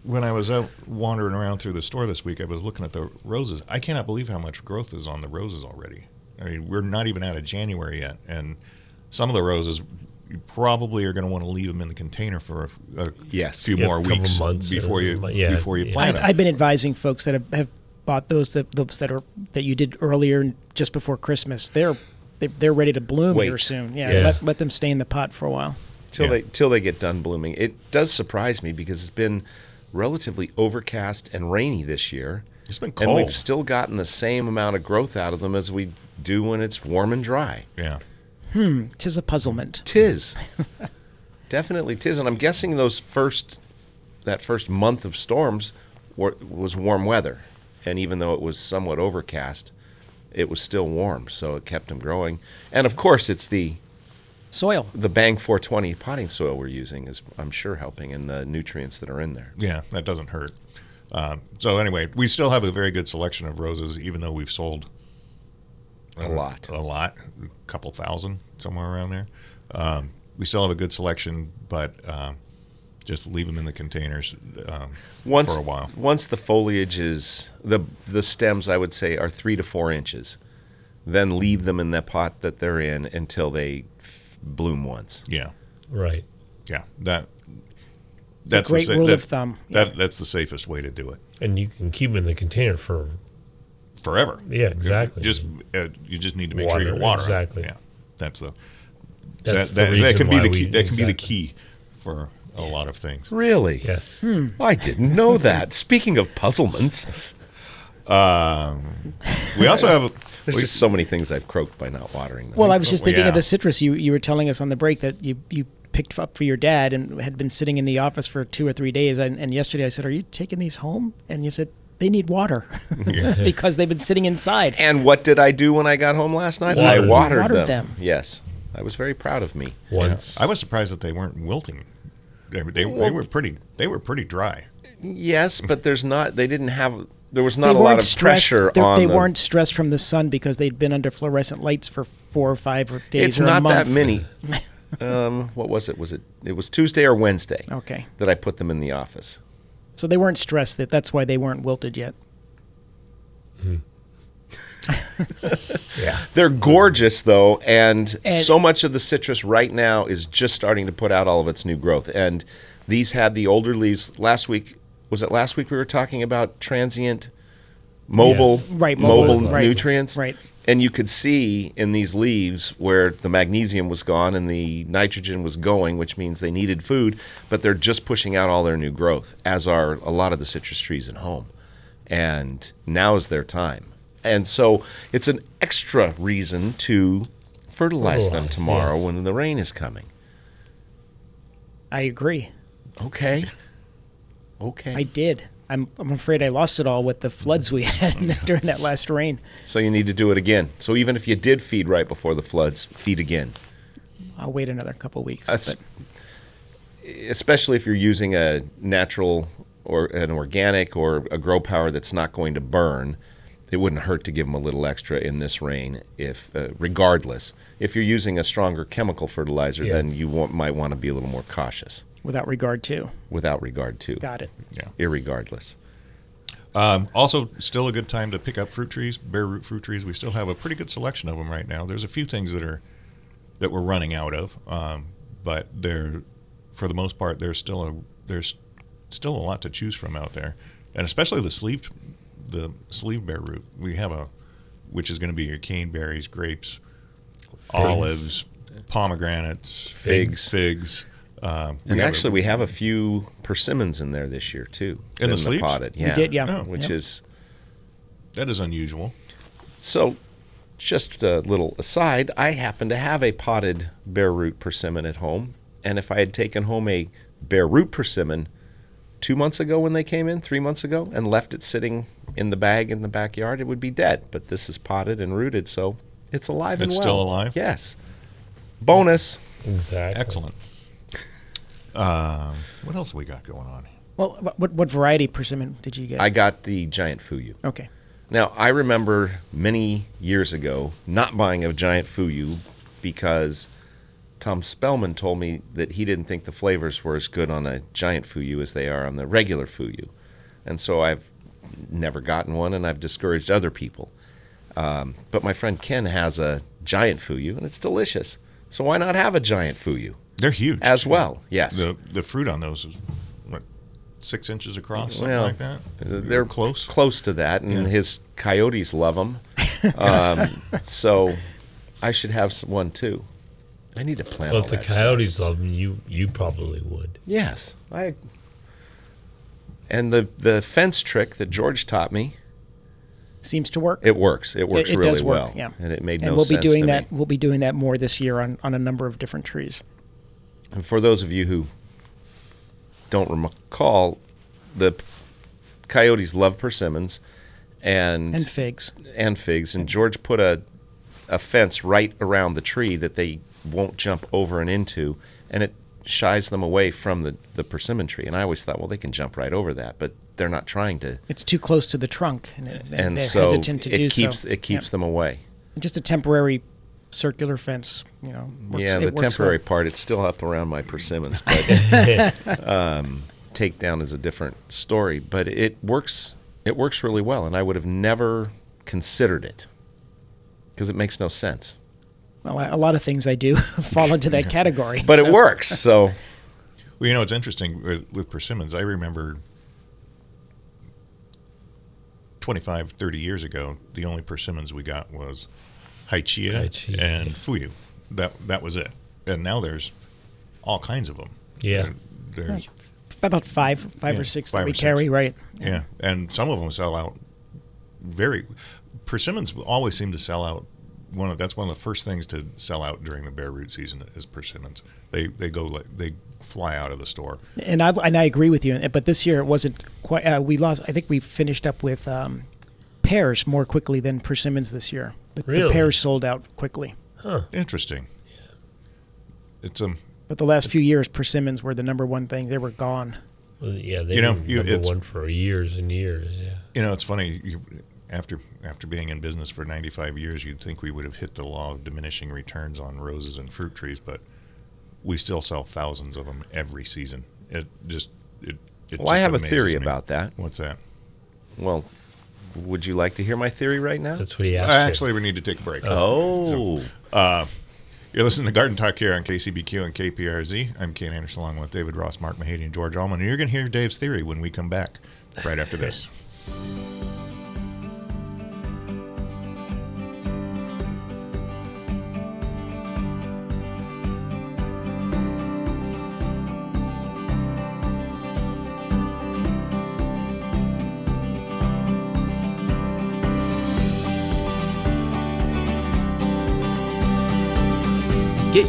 S1: when I was out wandering around through the store this week. I was looking at the roses. I cannot believe how much growth is on the roses already. I mean, we're not even out of January yet, and some of the roses you probably are going to want to leave them in the container for a, a
S3: Yes.
S1: few
S3: Yeah,
S1: more
S2: couple
S1: weeks
S2: months or
S1: before you
S2: mon- yeah,
S1: before you
S2: yeah.
S1: plant
S4: I,
S1: them.
S4: I've been advising folks that have, have bought those that those that are that you did earlier and just before Christmas. They're they, they're ready to bloom
S3: Wait.
S4: here soon. Yeah,
S2: Yeah.
S4: Let, let them stay in the pot for a while.
S3: till
S1: Yeah.
S3: they till they get done blooming. It does surprise me because it's been relatively overcast and rainy this year.
S1: It's been
S3: And
S1: cold.
S3: we've still gotten the same amount of growth out of them as we do when it's warm and dry.
S1: yeah,
S4: Tis a puzzlement.
S3: Tis. Definitely tis. And I'm guessing those first, that first month of storms were, was warm weather. And even though it was somewhat overcast, it was still warm. So it kept them growing. And of course, it's the,
S4: Soil.
S3: the Bang 420 potting soil we're using is, I'm sure, helping in the nutrients that are in there.
S1: yeah, that doesn't hurt. Um, so anyway, we still have a very good selection of roses, even though we've sold
S3: A lot.
S1: a lot, a couple thousand, somewhere around there. Um, we still have a good selection, but um, just leave them in the containers um,
S3: once,
S1: for a while.
S3: Once the foliage is the the stems, I would say, are three to four inches. Then leave them in the pot that they're in until they f- bloom once.
S1: Yeah,
S2: right.
S1: yeah. That that's
S4: great
S1: the
S4: rule
S1: that-
S4: of thumb.
S1: That that's the safest way to do it
S2: And you can keep them in the container for
S1: forever.
S2: Yeah, exactly.
S1: Just uh, you just need to make
S2: Water,
S1: sure you're watering.
S2: exactly.
S1: Yeah, that's the
S2: that's
S1: that that,
S2: the
S1: that
S2: reason
S1: can be
S2: why
S1: the
S2: we-
S1: key. that can be the
S2: exactly.
S1: key for a lot of things.
S3: Really?
S2: Yes.
S3: I didn't know that. Speaking of puzzlements,
S1: Um, we also have
S3: there's just so many things I've croaked by not watering them.
S4: Well, I was just
S1: Well,
S4: thinking
S1: yeah.
S4: of the citrus you, you were telling us on the break that you, you picked up for your dad and had been sitting in the office for two or three days. And, and yesterday I said, Are you taking these home? And you said, They need water because they've been sitting inside.
S3: And what did I do when I got home last night? I
S2: Watered them.
S3: watered,
S4: Watered
S3: them.
S4: them.
S3: Yes. I was very proud of me.
S2: Once.
S1: I was surprised that they weren't wilting. They, were- they, they were pretty. They were pretty dry.
S3: Yes, but there's not they didn't have there was not a
S4: they
S3: lot
S4: weren't
S3: of
S4: stressed.
S3: pressure
S4: they,
S3: on
S4: they
S3: them.
S4: weren't stressed from the sun because they'd been under fluorescent lights for four or five or days.
S3: It's
S4: or a
S3: not that
S4: month.
S3: many. um, what was it? Was it it was Tuesday or Wednesday?
S4: Okay.
S3: That I put them in the office.
S4: So they weren't stressed that that's why they weren't wilted yet.
S2: yeah.
S3: They're gorgeous though, and,
S4: And-
S3: so much of the citrus right now is just starting to put out all of its new growth. And these had the older leaves last week. Was it last week we were talking about transient, mobile,
S2: Yes.
S4: Right,
S3: mobile,
S4: mobile, right,
S3: nutrients?
S4: right.
S3: And you could see in these leaves where the magnesium was gone and the nitrogen was going, which means they needed food, but they're just pushing out all their new growth, as are a lot of the citrus trees at home. And now is their time. And so it's an extra reason to fertilize, them
S2: Fertilize,
S3: tomorrow
S2: yes.
S3: when the rain is coming.
S4: I agree.
S3: Okay. Okay.
S4: I did. I'm, I'm afraid I lost it all with the floods we had during that last rain.
S3: so you need to do it again. So even if you did feed right before the floods, feed again.
S4: I'll wait another couple weeks.
S3: Es-
S4: but
S3: especially if you're using a natural or an organic or a grow power that's not going to burn it wouldn't hurt to give them a little extra in this rain if uh, regardless if you're using a stronger chemical fertilizer
S2: Yeah.
S3: then you want, might want to be a little more cautious
S4: without regard to.
S3: without regard to
S4: Got it.
S1: Yeah.
S3: irregardless
S1: Um, also, still a good time to pick up fruit trees, bare root fruit trees. We still have a pretty good selection of them right now. There's a few things that are that we're running out of, um, but they're for the most part there's still a there's still a lot to choose from out there, and especially the sleeved the sleeve bare root. We have a which is going to be your caneberries, grapes, olives, pomegranates,
S3: Figs.
S1: figs. Um, we have
S3: and
S1: a-
S3: actually we have a few persimmons in there this year too
S1: In the sleeves?
S3: potted
S4: We
S3: yeah
S4: did, yeah.
S1: Oh.
S3: which
S4: Yep.
S3: is
S1: that is unusual.
S3: So, just a little aside, I happen to have a potted bare root persimmon at home. And if I had taken home a bare root persimmon two months ago when they came in, three months ago, and left it sitting in the bag in the backyard, it would be dead. But this is potted and rooted, so it's alive
S1: It's
S3: and
S1: still
S3: well.
S1: alive?
S3: Yes. Bonus.
S2: Exactly.
S1: Excellent. Um, what else we got going on?
S4: Well, wh- what, what variety persimmon did you get?
S3: I got the giant fuyu.
S4: okay.
S3: Now, I remember many years ago not buying a giant Fuyu because Tom Spellman told me that he didn't think the flavors were as good on a giant Fuyu as they are on the regular Fuyu. And so I've never gotten one and I've discouraged other people. Um, but my friend Ken has a giant Fuyu and it's delicious. So why not have a giant Fuyu
S1: They're huge
S3: as well? Yes.
S1: The the fruit on those is what six inches across, something
S3: Well, uh,
S1: like that.
S3: They're
S1: close.
S3: close to that, and
S1: Yeah.
S3: his coyotes love them. Um, so I should have some, one too. I need to plant.
S2: Well,
S3: all
S2: if the
S3: that stuff.
S2: coyotes love them, you you probably would.
S3: Yes, I. And the the fence trick that George taught me,
S4: Seems to work.
S3: it works. It works
S4: it
S3: really
S4: does work,
S3: well.
S4: yeah.
S3: and it made
S4: and
S3: no
S4: we'll be
S3: sense
S4: doing
S3: to
S4: that.
S3: me.
S4: We'll be doing that more this year on, on a number of different trees.
S3: And for those of you who don't recall, the p- coyotes love persimmons, and
S4: And figs.
S3: and figs, and George put a a fence right around the tree that they won't jump over and into, and it shies them away from the, the persimmon tree. And I always thought, well, they can jump right over that, but they're not trying to.
S4: It's too close to the trunk, and, it,
S3: And
S4: they're
S3: so
S4: hesitant to do
S3: it keeps
S4: so.
S3: it keeps
S4: Yeah.
S3: them away.
S4: Just a temporary circular fence, you know. works-
S3: yeah,
S4: it
S3: the
S4: works
S3: temporary
S4: well.
S3: part, it's still up around my persimmons, but um, takedown is a different story. But it works it works really well, and I would have never considered it because it makes no sense.
S4: Well, I- a lot of things I do fall into that category.
S3: But it
S4: so-
S3: works, so
S1: Well, you know, it's interesting with, with persimmons. I remember 25, 30 years ago, the only persimmons we got was Haichia,
S2: Haichia,
S1: and Fuyu. That that was it. And now there's all kinds of them.
S2: Yeah.
S1: There- There's
S4: About five, five
S1: Yeah,
S4: or six
S1: five
S4: that we
S1: or six.
S4: carry, right?
S1: Yeah, and some of them sell out very. Persimmons always seem to sell out one of that's one of the first things to sell out during the bare root season is persimmons. They they go like they fly out of the store.
S4: And I and I agree with you. eh, But this year it wasn't quite. Uh, we lost. I think we finished up with um, pears more quickly than persimmons this year. The, the
S2: Really?
S4: pears sold out quickly.
S1: Interesting. It's um
S4: But the last few years, persimmons were the number one thing. They were gone.
S2: Well, yeah, they
S1: You know,
S2: were
S1: you-
S2: number
S1: it's-
S2: one for years and years. Yeah.
S1: you know it's funny you, after after being in business for 95 years you'd think we would have hit the law of diminishing returns on roses and fruit trees but we still sell thousands of them every season. It just it, it
S3: Well, I
S1: just
S3: have a
S1: amazes
S3: theory
S1: me.
S3: about that.
S1: What's that?
S3: Well, would you like to hear my theory right now?
S2: That's what he asked. you.
S1: Uh, Actually, we need to take a break.
S3: Oh,
S1: You're listening to Garden Talk here on KCBQ and KPRZ. I'm Ken Anderson along with David Ross, Mark Mahady, and George Allman. And you're going to hear Dave's theory when we come back right after this.
S5: Get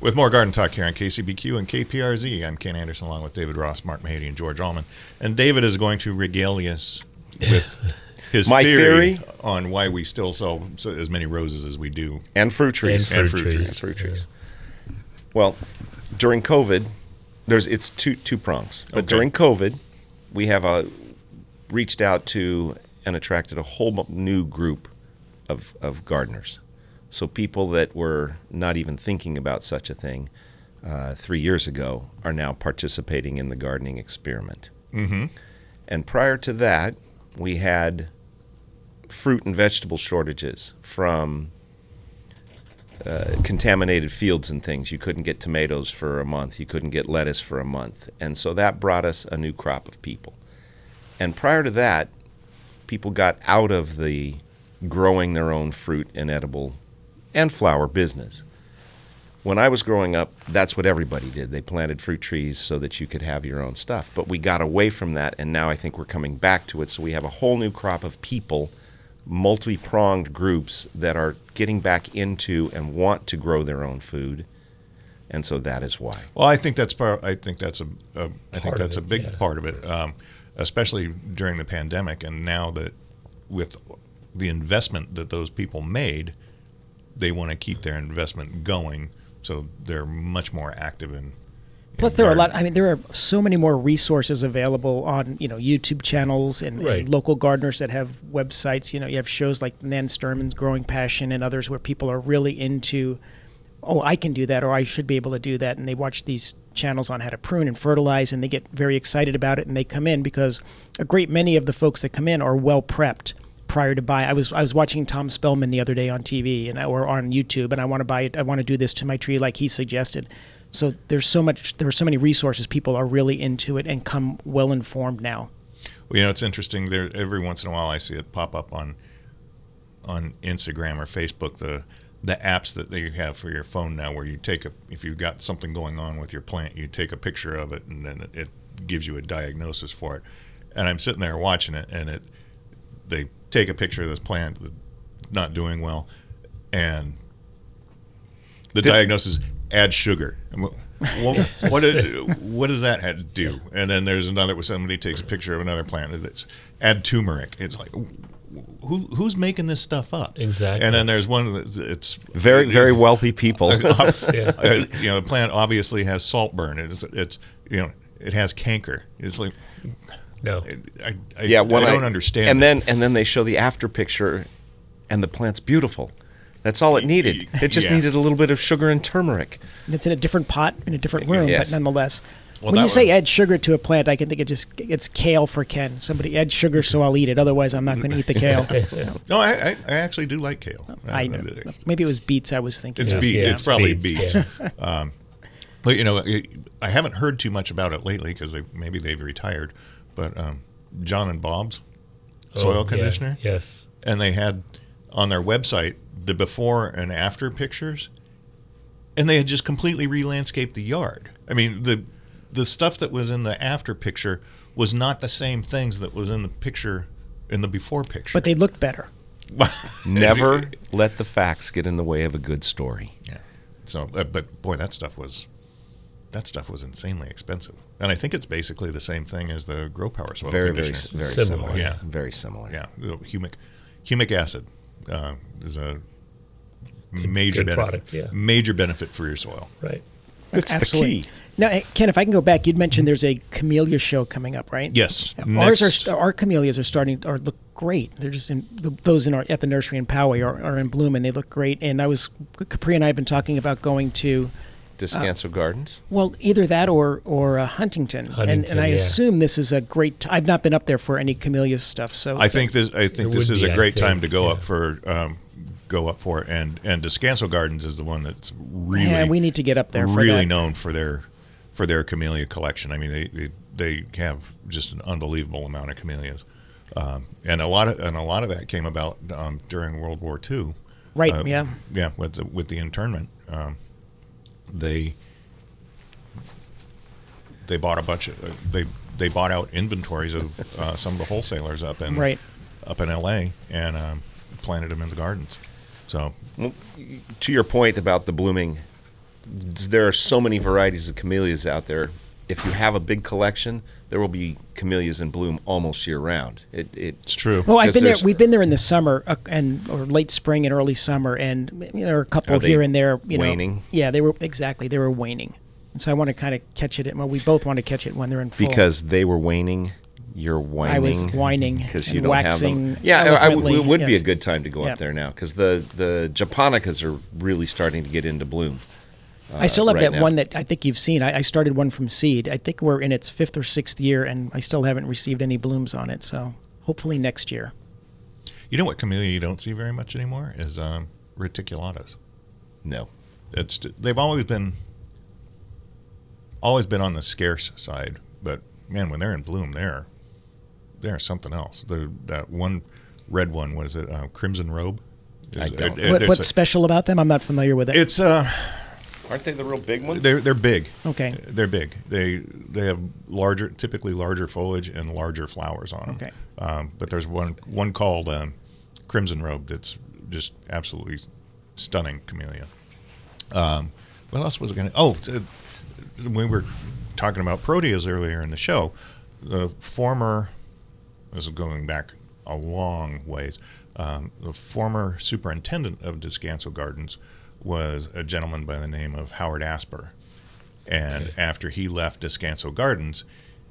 S1: with more Garden Talk here on KCBQ and KPRZ. I'm Ken Anderson along with David Ross, Mark Mahady, and George Allman. And David is going to regale us with his
S3: My
S1: theory,
S3: theory?
S1: on why we still sell so- as many roses as we do.
S3: and fruit trees.
S1: And fruit trees.
S3: and fruit trees. Well, during COVID, there's it's two two prongs. But
S1: Okay.
S3: during COVID, we have uh reached out to and attracted a whole mo- new group of of gardeners. So people that were not even thinking about such a thing uh, three years ago are now participating in the gardening experiment. Mm-hmm. And prior to that, we had fruit and vegetable shortages from contaminated fields and things. You couldn't get tomatoes for a month. You couldn't get lettuce for a month. And so that brought us a new crop of people. And prior to that, people got out of the growing their own fruit and edible and flower business. When I was growing up, that's what everybody did. They planted fruit trees so that you could have your own stuff. But we got away from that, and now I think we're coming back to it. So we have a whole new crop of people, multi pronged groups that are getting back into and want to grow their own food. And so that is why.
S1: Well, I think that's part. I think that's a. a I think
S2: of
S1: that's a
S2: it,
S1: big
S2: yeah.
S1: part of it, um, especially during the pandemic, and now that with the investment that those people made, they want to keep their investment going, so they're much more active in.
S4: Plus, there are a lot.
S1: garden.
S4: I mean, there are so many more resources available on you know YouTube channels and, and
S2: Right.
S4: local gardeners that have websites. You know, you have shows like Nan Sturman's Growing Passion and others where people are really into, oh, I can do that or I should be able to do that, and they watch these channels on how to prune and fertilize, and they get very excited about it, and they come in because a great many of the folks that come in are well prepped prior to buy. I was I was watching Tom Spellman the other day on TV and I, or on YouTube, and I want to buy it. I want to do this to my tree like he suggested. So there's so much. There are so many resources. People are really into it and come well informed now.
S1: Well, you know, it's interesting. There, every once in a while, I see it pop up on on Instagram or Facebook. The the apps that you have for your phone now, where you take a if you've got something going on with your plant, you take a picture of it, and then it, it gives you a diagnosis for it. And I'm sitting there watching it, and it they take a picture of this plant that's not doing well, and the diagnosis add sugar. And wha- What, what, did- what does that had to do? And then there's another where somebody takes a picture of another plant that's add turmeric. It's like who who's making this stuff up?
S2: Exactly.
S1: And then there's one that's it's
S3: Very, very wealthy people.
S1: uh, you know the plant obviously has saltburn. It's it's you know it has canker. It's like
S2: No.
S1: I, I,
S3: yeah,
S1: I
S3: when
S1: don't understand.
S3: And
S1: it.
S3: then and then they show the after picture, and the plant's beautiful. That's all it needed. It just
S1: Yeah.
S3: needed a little bit of sugar and turmeric.
S4: And it's in a different pot in a different room,
S3: Yes.
S4: but nonetheless.
S1: Well,
S4: when
S1: that
S4: you say
S1: would-
S4: add sugar to a plant, I can think it just it's kale for Ken. Somebody add sugar so I'll eat it. Otherwise, I'm not going to eat the kale.
S1: no, I, I, I actually do like kale. Uh,
S4: I know. Maybe it was beets. I was thinking.
S1: It's
S2: Yeah.
S1: beet.
S2: Yeah.
S1: It's probably beets.
S2: Beets,
S1: um, but you know, it, I haven't heard too much about it lately because they, maybe they've retired. But um, John and Bob's soil
S2: Oh, yeah.
S1: conditioner,
S2: Yes.
S1: and they had on their website the before and after pictures, and they had just completely re-landscaped the yard. I mean the the stuff that was in the after picture was not the same things that was in the picture in the before picture.
S4: But they looked better.
S3: Never let the facts get in the way of a good story.
S1: Yeah. So, uh, but boy, that stuff was that stuff was insanely expensive, and I think it's basically the same thing as the grow power soil
S3: Very, very, s-
S1: conditioner.
S3: very
S2: Similar.
S3: similar.
S1: Yeah.
S3: Very similar.
S1: yeah, the humic humic acid uh, is a major
S2: good
S1: benefit,
S2: product, yeah.
S1: major benefit for your soil.
S2: Right.
S3: It's
S4: Absolutely.
S3: the key.
S4: Now, hey, Ken, if I can go back, you'd mentioned there's a camellia show coming up, right?
S1: Yes,
S4: Yeah, Ours are
S1: next-
S4: st- our camellias are starting or look great. They're just in the, those in our at the nursery in Poway are, are in bloom and they look great. And I was Capri and I have been talking about going to
S3: Descanso Gardens.
S4: well either that or or uh, Huntington. and,
S2: Huntington,
S4: and I
S2: yeah.
S4: assume this is a great. T- I've not been up there for any camellia stuff, so
S1: I think this. I think
S2: It
S1: this
S2: would
S1: is
S2: be,
S1: a
S2: I
S1: great time to
S2: think,
S1: go
S2: yeah.
S1: up for, um, go up for, it. and and Descanso Gardens is the one that's really.
S4: Yeah, we need to get up there for
S1: really
S4: that.
S1: known for their for their camellia collection. I mean, they they, they have just an unbelievable amount of camellias, um, and a lot of and a lot of that came about um, during World War II.
S4: Right,
S3: um,
S1: Uh,
S4: yeah.
S1: Yeah. With the with the internment, um, they they bought a bunch of uh, they they bought out inventories of uh, some of the wholesalers up in
S4: Right.
S1: up in L.A. and um, planted them in the gardens. So
S3: To your point about the blooming, there are so many varieties of camellias out there. If you have a big collection, there will be camellias in bloom almost year round. It,
S1: it's
S3: it
S1: true.
S4: Well, Oh, I've
S3: Because
S4: been there.
S3: there's-
S4: We've been there in the summer uh, and or late spring and early summer, and you know, there are a couple
S3: Are they
S4: here and there. You know,
S3: waning?
S4: yeah, they were exactly they were waning, and so I want to kind of catch it. at- Well, we both want to catch it when they're in full.
S3: because they were waning. You're whining.
S4: I was whining
S3: because
S4: and
S3: you don't
S4: waxing
S3: have them. Yeah, I- I w-
S4: eloquently,
S3: it would be
S4: yes.
S3: a good time to go
S4: Yeah.
S3: up there now because the the japonicas are really starting to get into bloom.
S4: I still have
S3: right
S4: that
S3: now.
S4: one that I think you've seen. I, I started one from seed. I think we're in its fifth or sixth year, and I still haven't received any blooms on it. So hopefully next year.
S1: You know what camellia you don't see very much anymore is um, reticulatas.
S3: No,
S1: It's they've always been always been on the scarce side, but man, when they're in bloom, they're they're something else. The that one red one was it uh, crimson robe?
S3: I
S1: Is-
S3: don't.
S4: what,
S1: it's
S4: what's
S1: a-
S4: special about them? I'm not familiar with it.
S1: it's uh
S3: aren't they the real big ones?
S1: they're they're big.
S4: Okay.
S1: They're big. They they have larger, typically larger foliage and larger flowers on them.
S4: Okay.
S1: Um, but there's one one called um, Crimson Robe that's just absolutely stunning camellia. Um, what else was I going to? Oh, t- we were talking about proteas earlier in the show. The former, this is going back a long ways. Um, the former superintendent of Descanso Gardens was a gentleman by the name of Howard Asper. And after he left Descanso Gardens,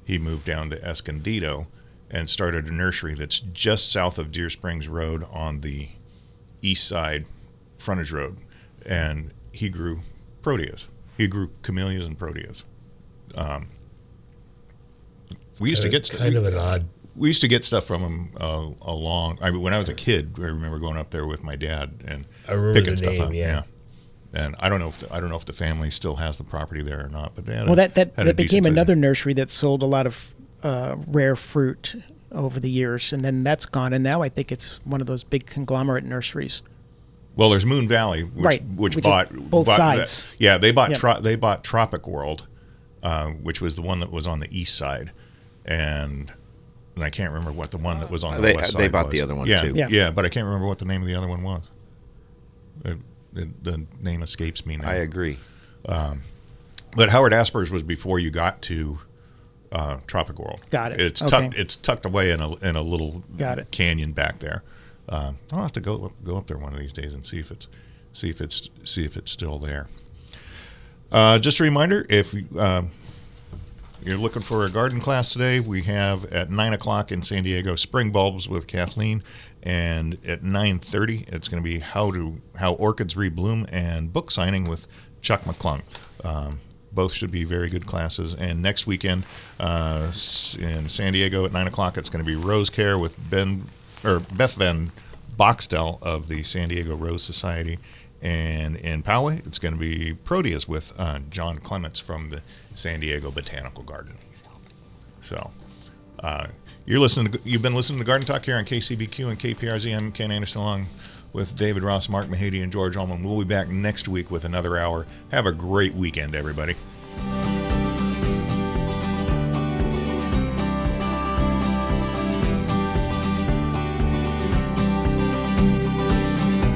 S1: he moved down to Escondido and started a nursery that's just south of Deer Springs Road on the east side frontage road. And he grew proteas. He grew camellias and proteas. Um, we used to get
S2: kind of an odd.
S1: we used to get stuff from him uh, a long. I mean, when I was a kid, I remember going up there with my dad and
S2: I remember
S1: picking
S2: the
S1: stuff
S2: name,
S1: up.
S2: yeah.
S1: and I don't know if the, I don't know if the family still has the property there or not, but they had
S4: Well,
S1: a,
S4: that that,
S1: had a
S4: that became
S1: decent size-
S4: another nursery that sold a lot of uh, rare fruit over the years, and then that's gone. And now I think it's one of those big conglomerate nurseries.
S1: Well, there's Moon Valley, which
S4: Right,
S1: which,
S4: which is
S1: bought
S4: both
S1: bought that-
S4: sides.
S1: yeah, they bought
S4: Yeah.
S1: Tro- they bought Tropic World, uh, which was the one that was on the east side, and. And I can't remember what the one that was on the
S3: They-
S1: west side
S3: they bought
S1: was.
S3: the other one,
S1: yeah,
S3: too.
S1: Yeah.
S4: Yeah.
S1: but I can't remember what the name of the other one was. It- it- the name escapes me now.
S3: I agree.
S1: But Howard Asper's was before you got to uh, Tropic World.
S4: Got it.
S1: It's
S4: Okay.
S1: tucked. It's tucked away in a in a little
S4: Got it.
S1: canyon back there. Um, I'll have to go up- go up there one of these days and see if it's see if it's see if it's still there. Uh, just a reminder: if um, you're looking for a garden class today, we have at nine o'clock in San Diego spring bulbs with Kathleen, and at nine thirty it's going to be how to how orchids rebloom and book signing with Chuck McClung. Um, Both should be very good classes. And next weekend uh, s- in San Diego at nine o'clock, it's going to be Rose Care with Ben or Beth Van Boxtel of the San Diego Rose Society. And in Poway, it's going to be Proteus with uh, John Clements from the San Diego Botanical Garden. So, uh, you're listening. To, you've been listening to Garden Talk here on KCBQ and KPRZ. I'm Ken Anderson along with David Ross, Mark Mahady, and George Allman. We'll be back next week with another hour. Have a great weekend, everybody.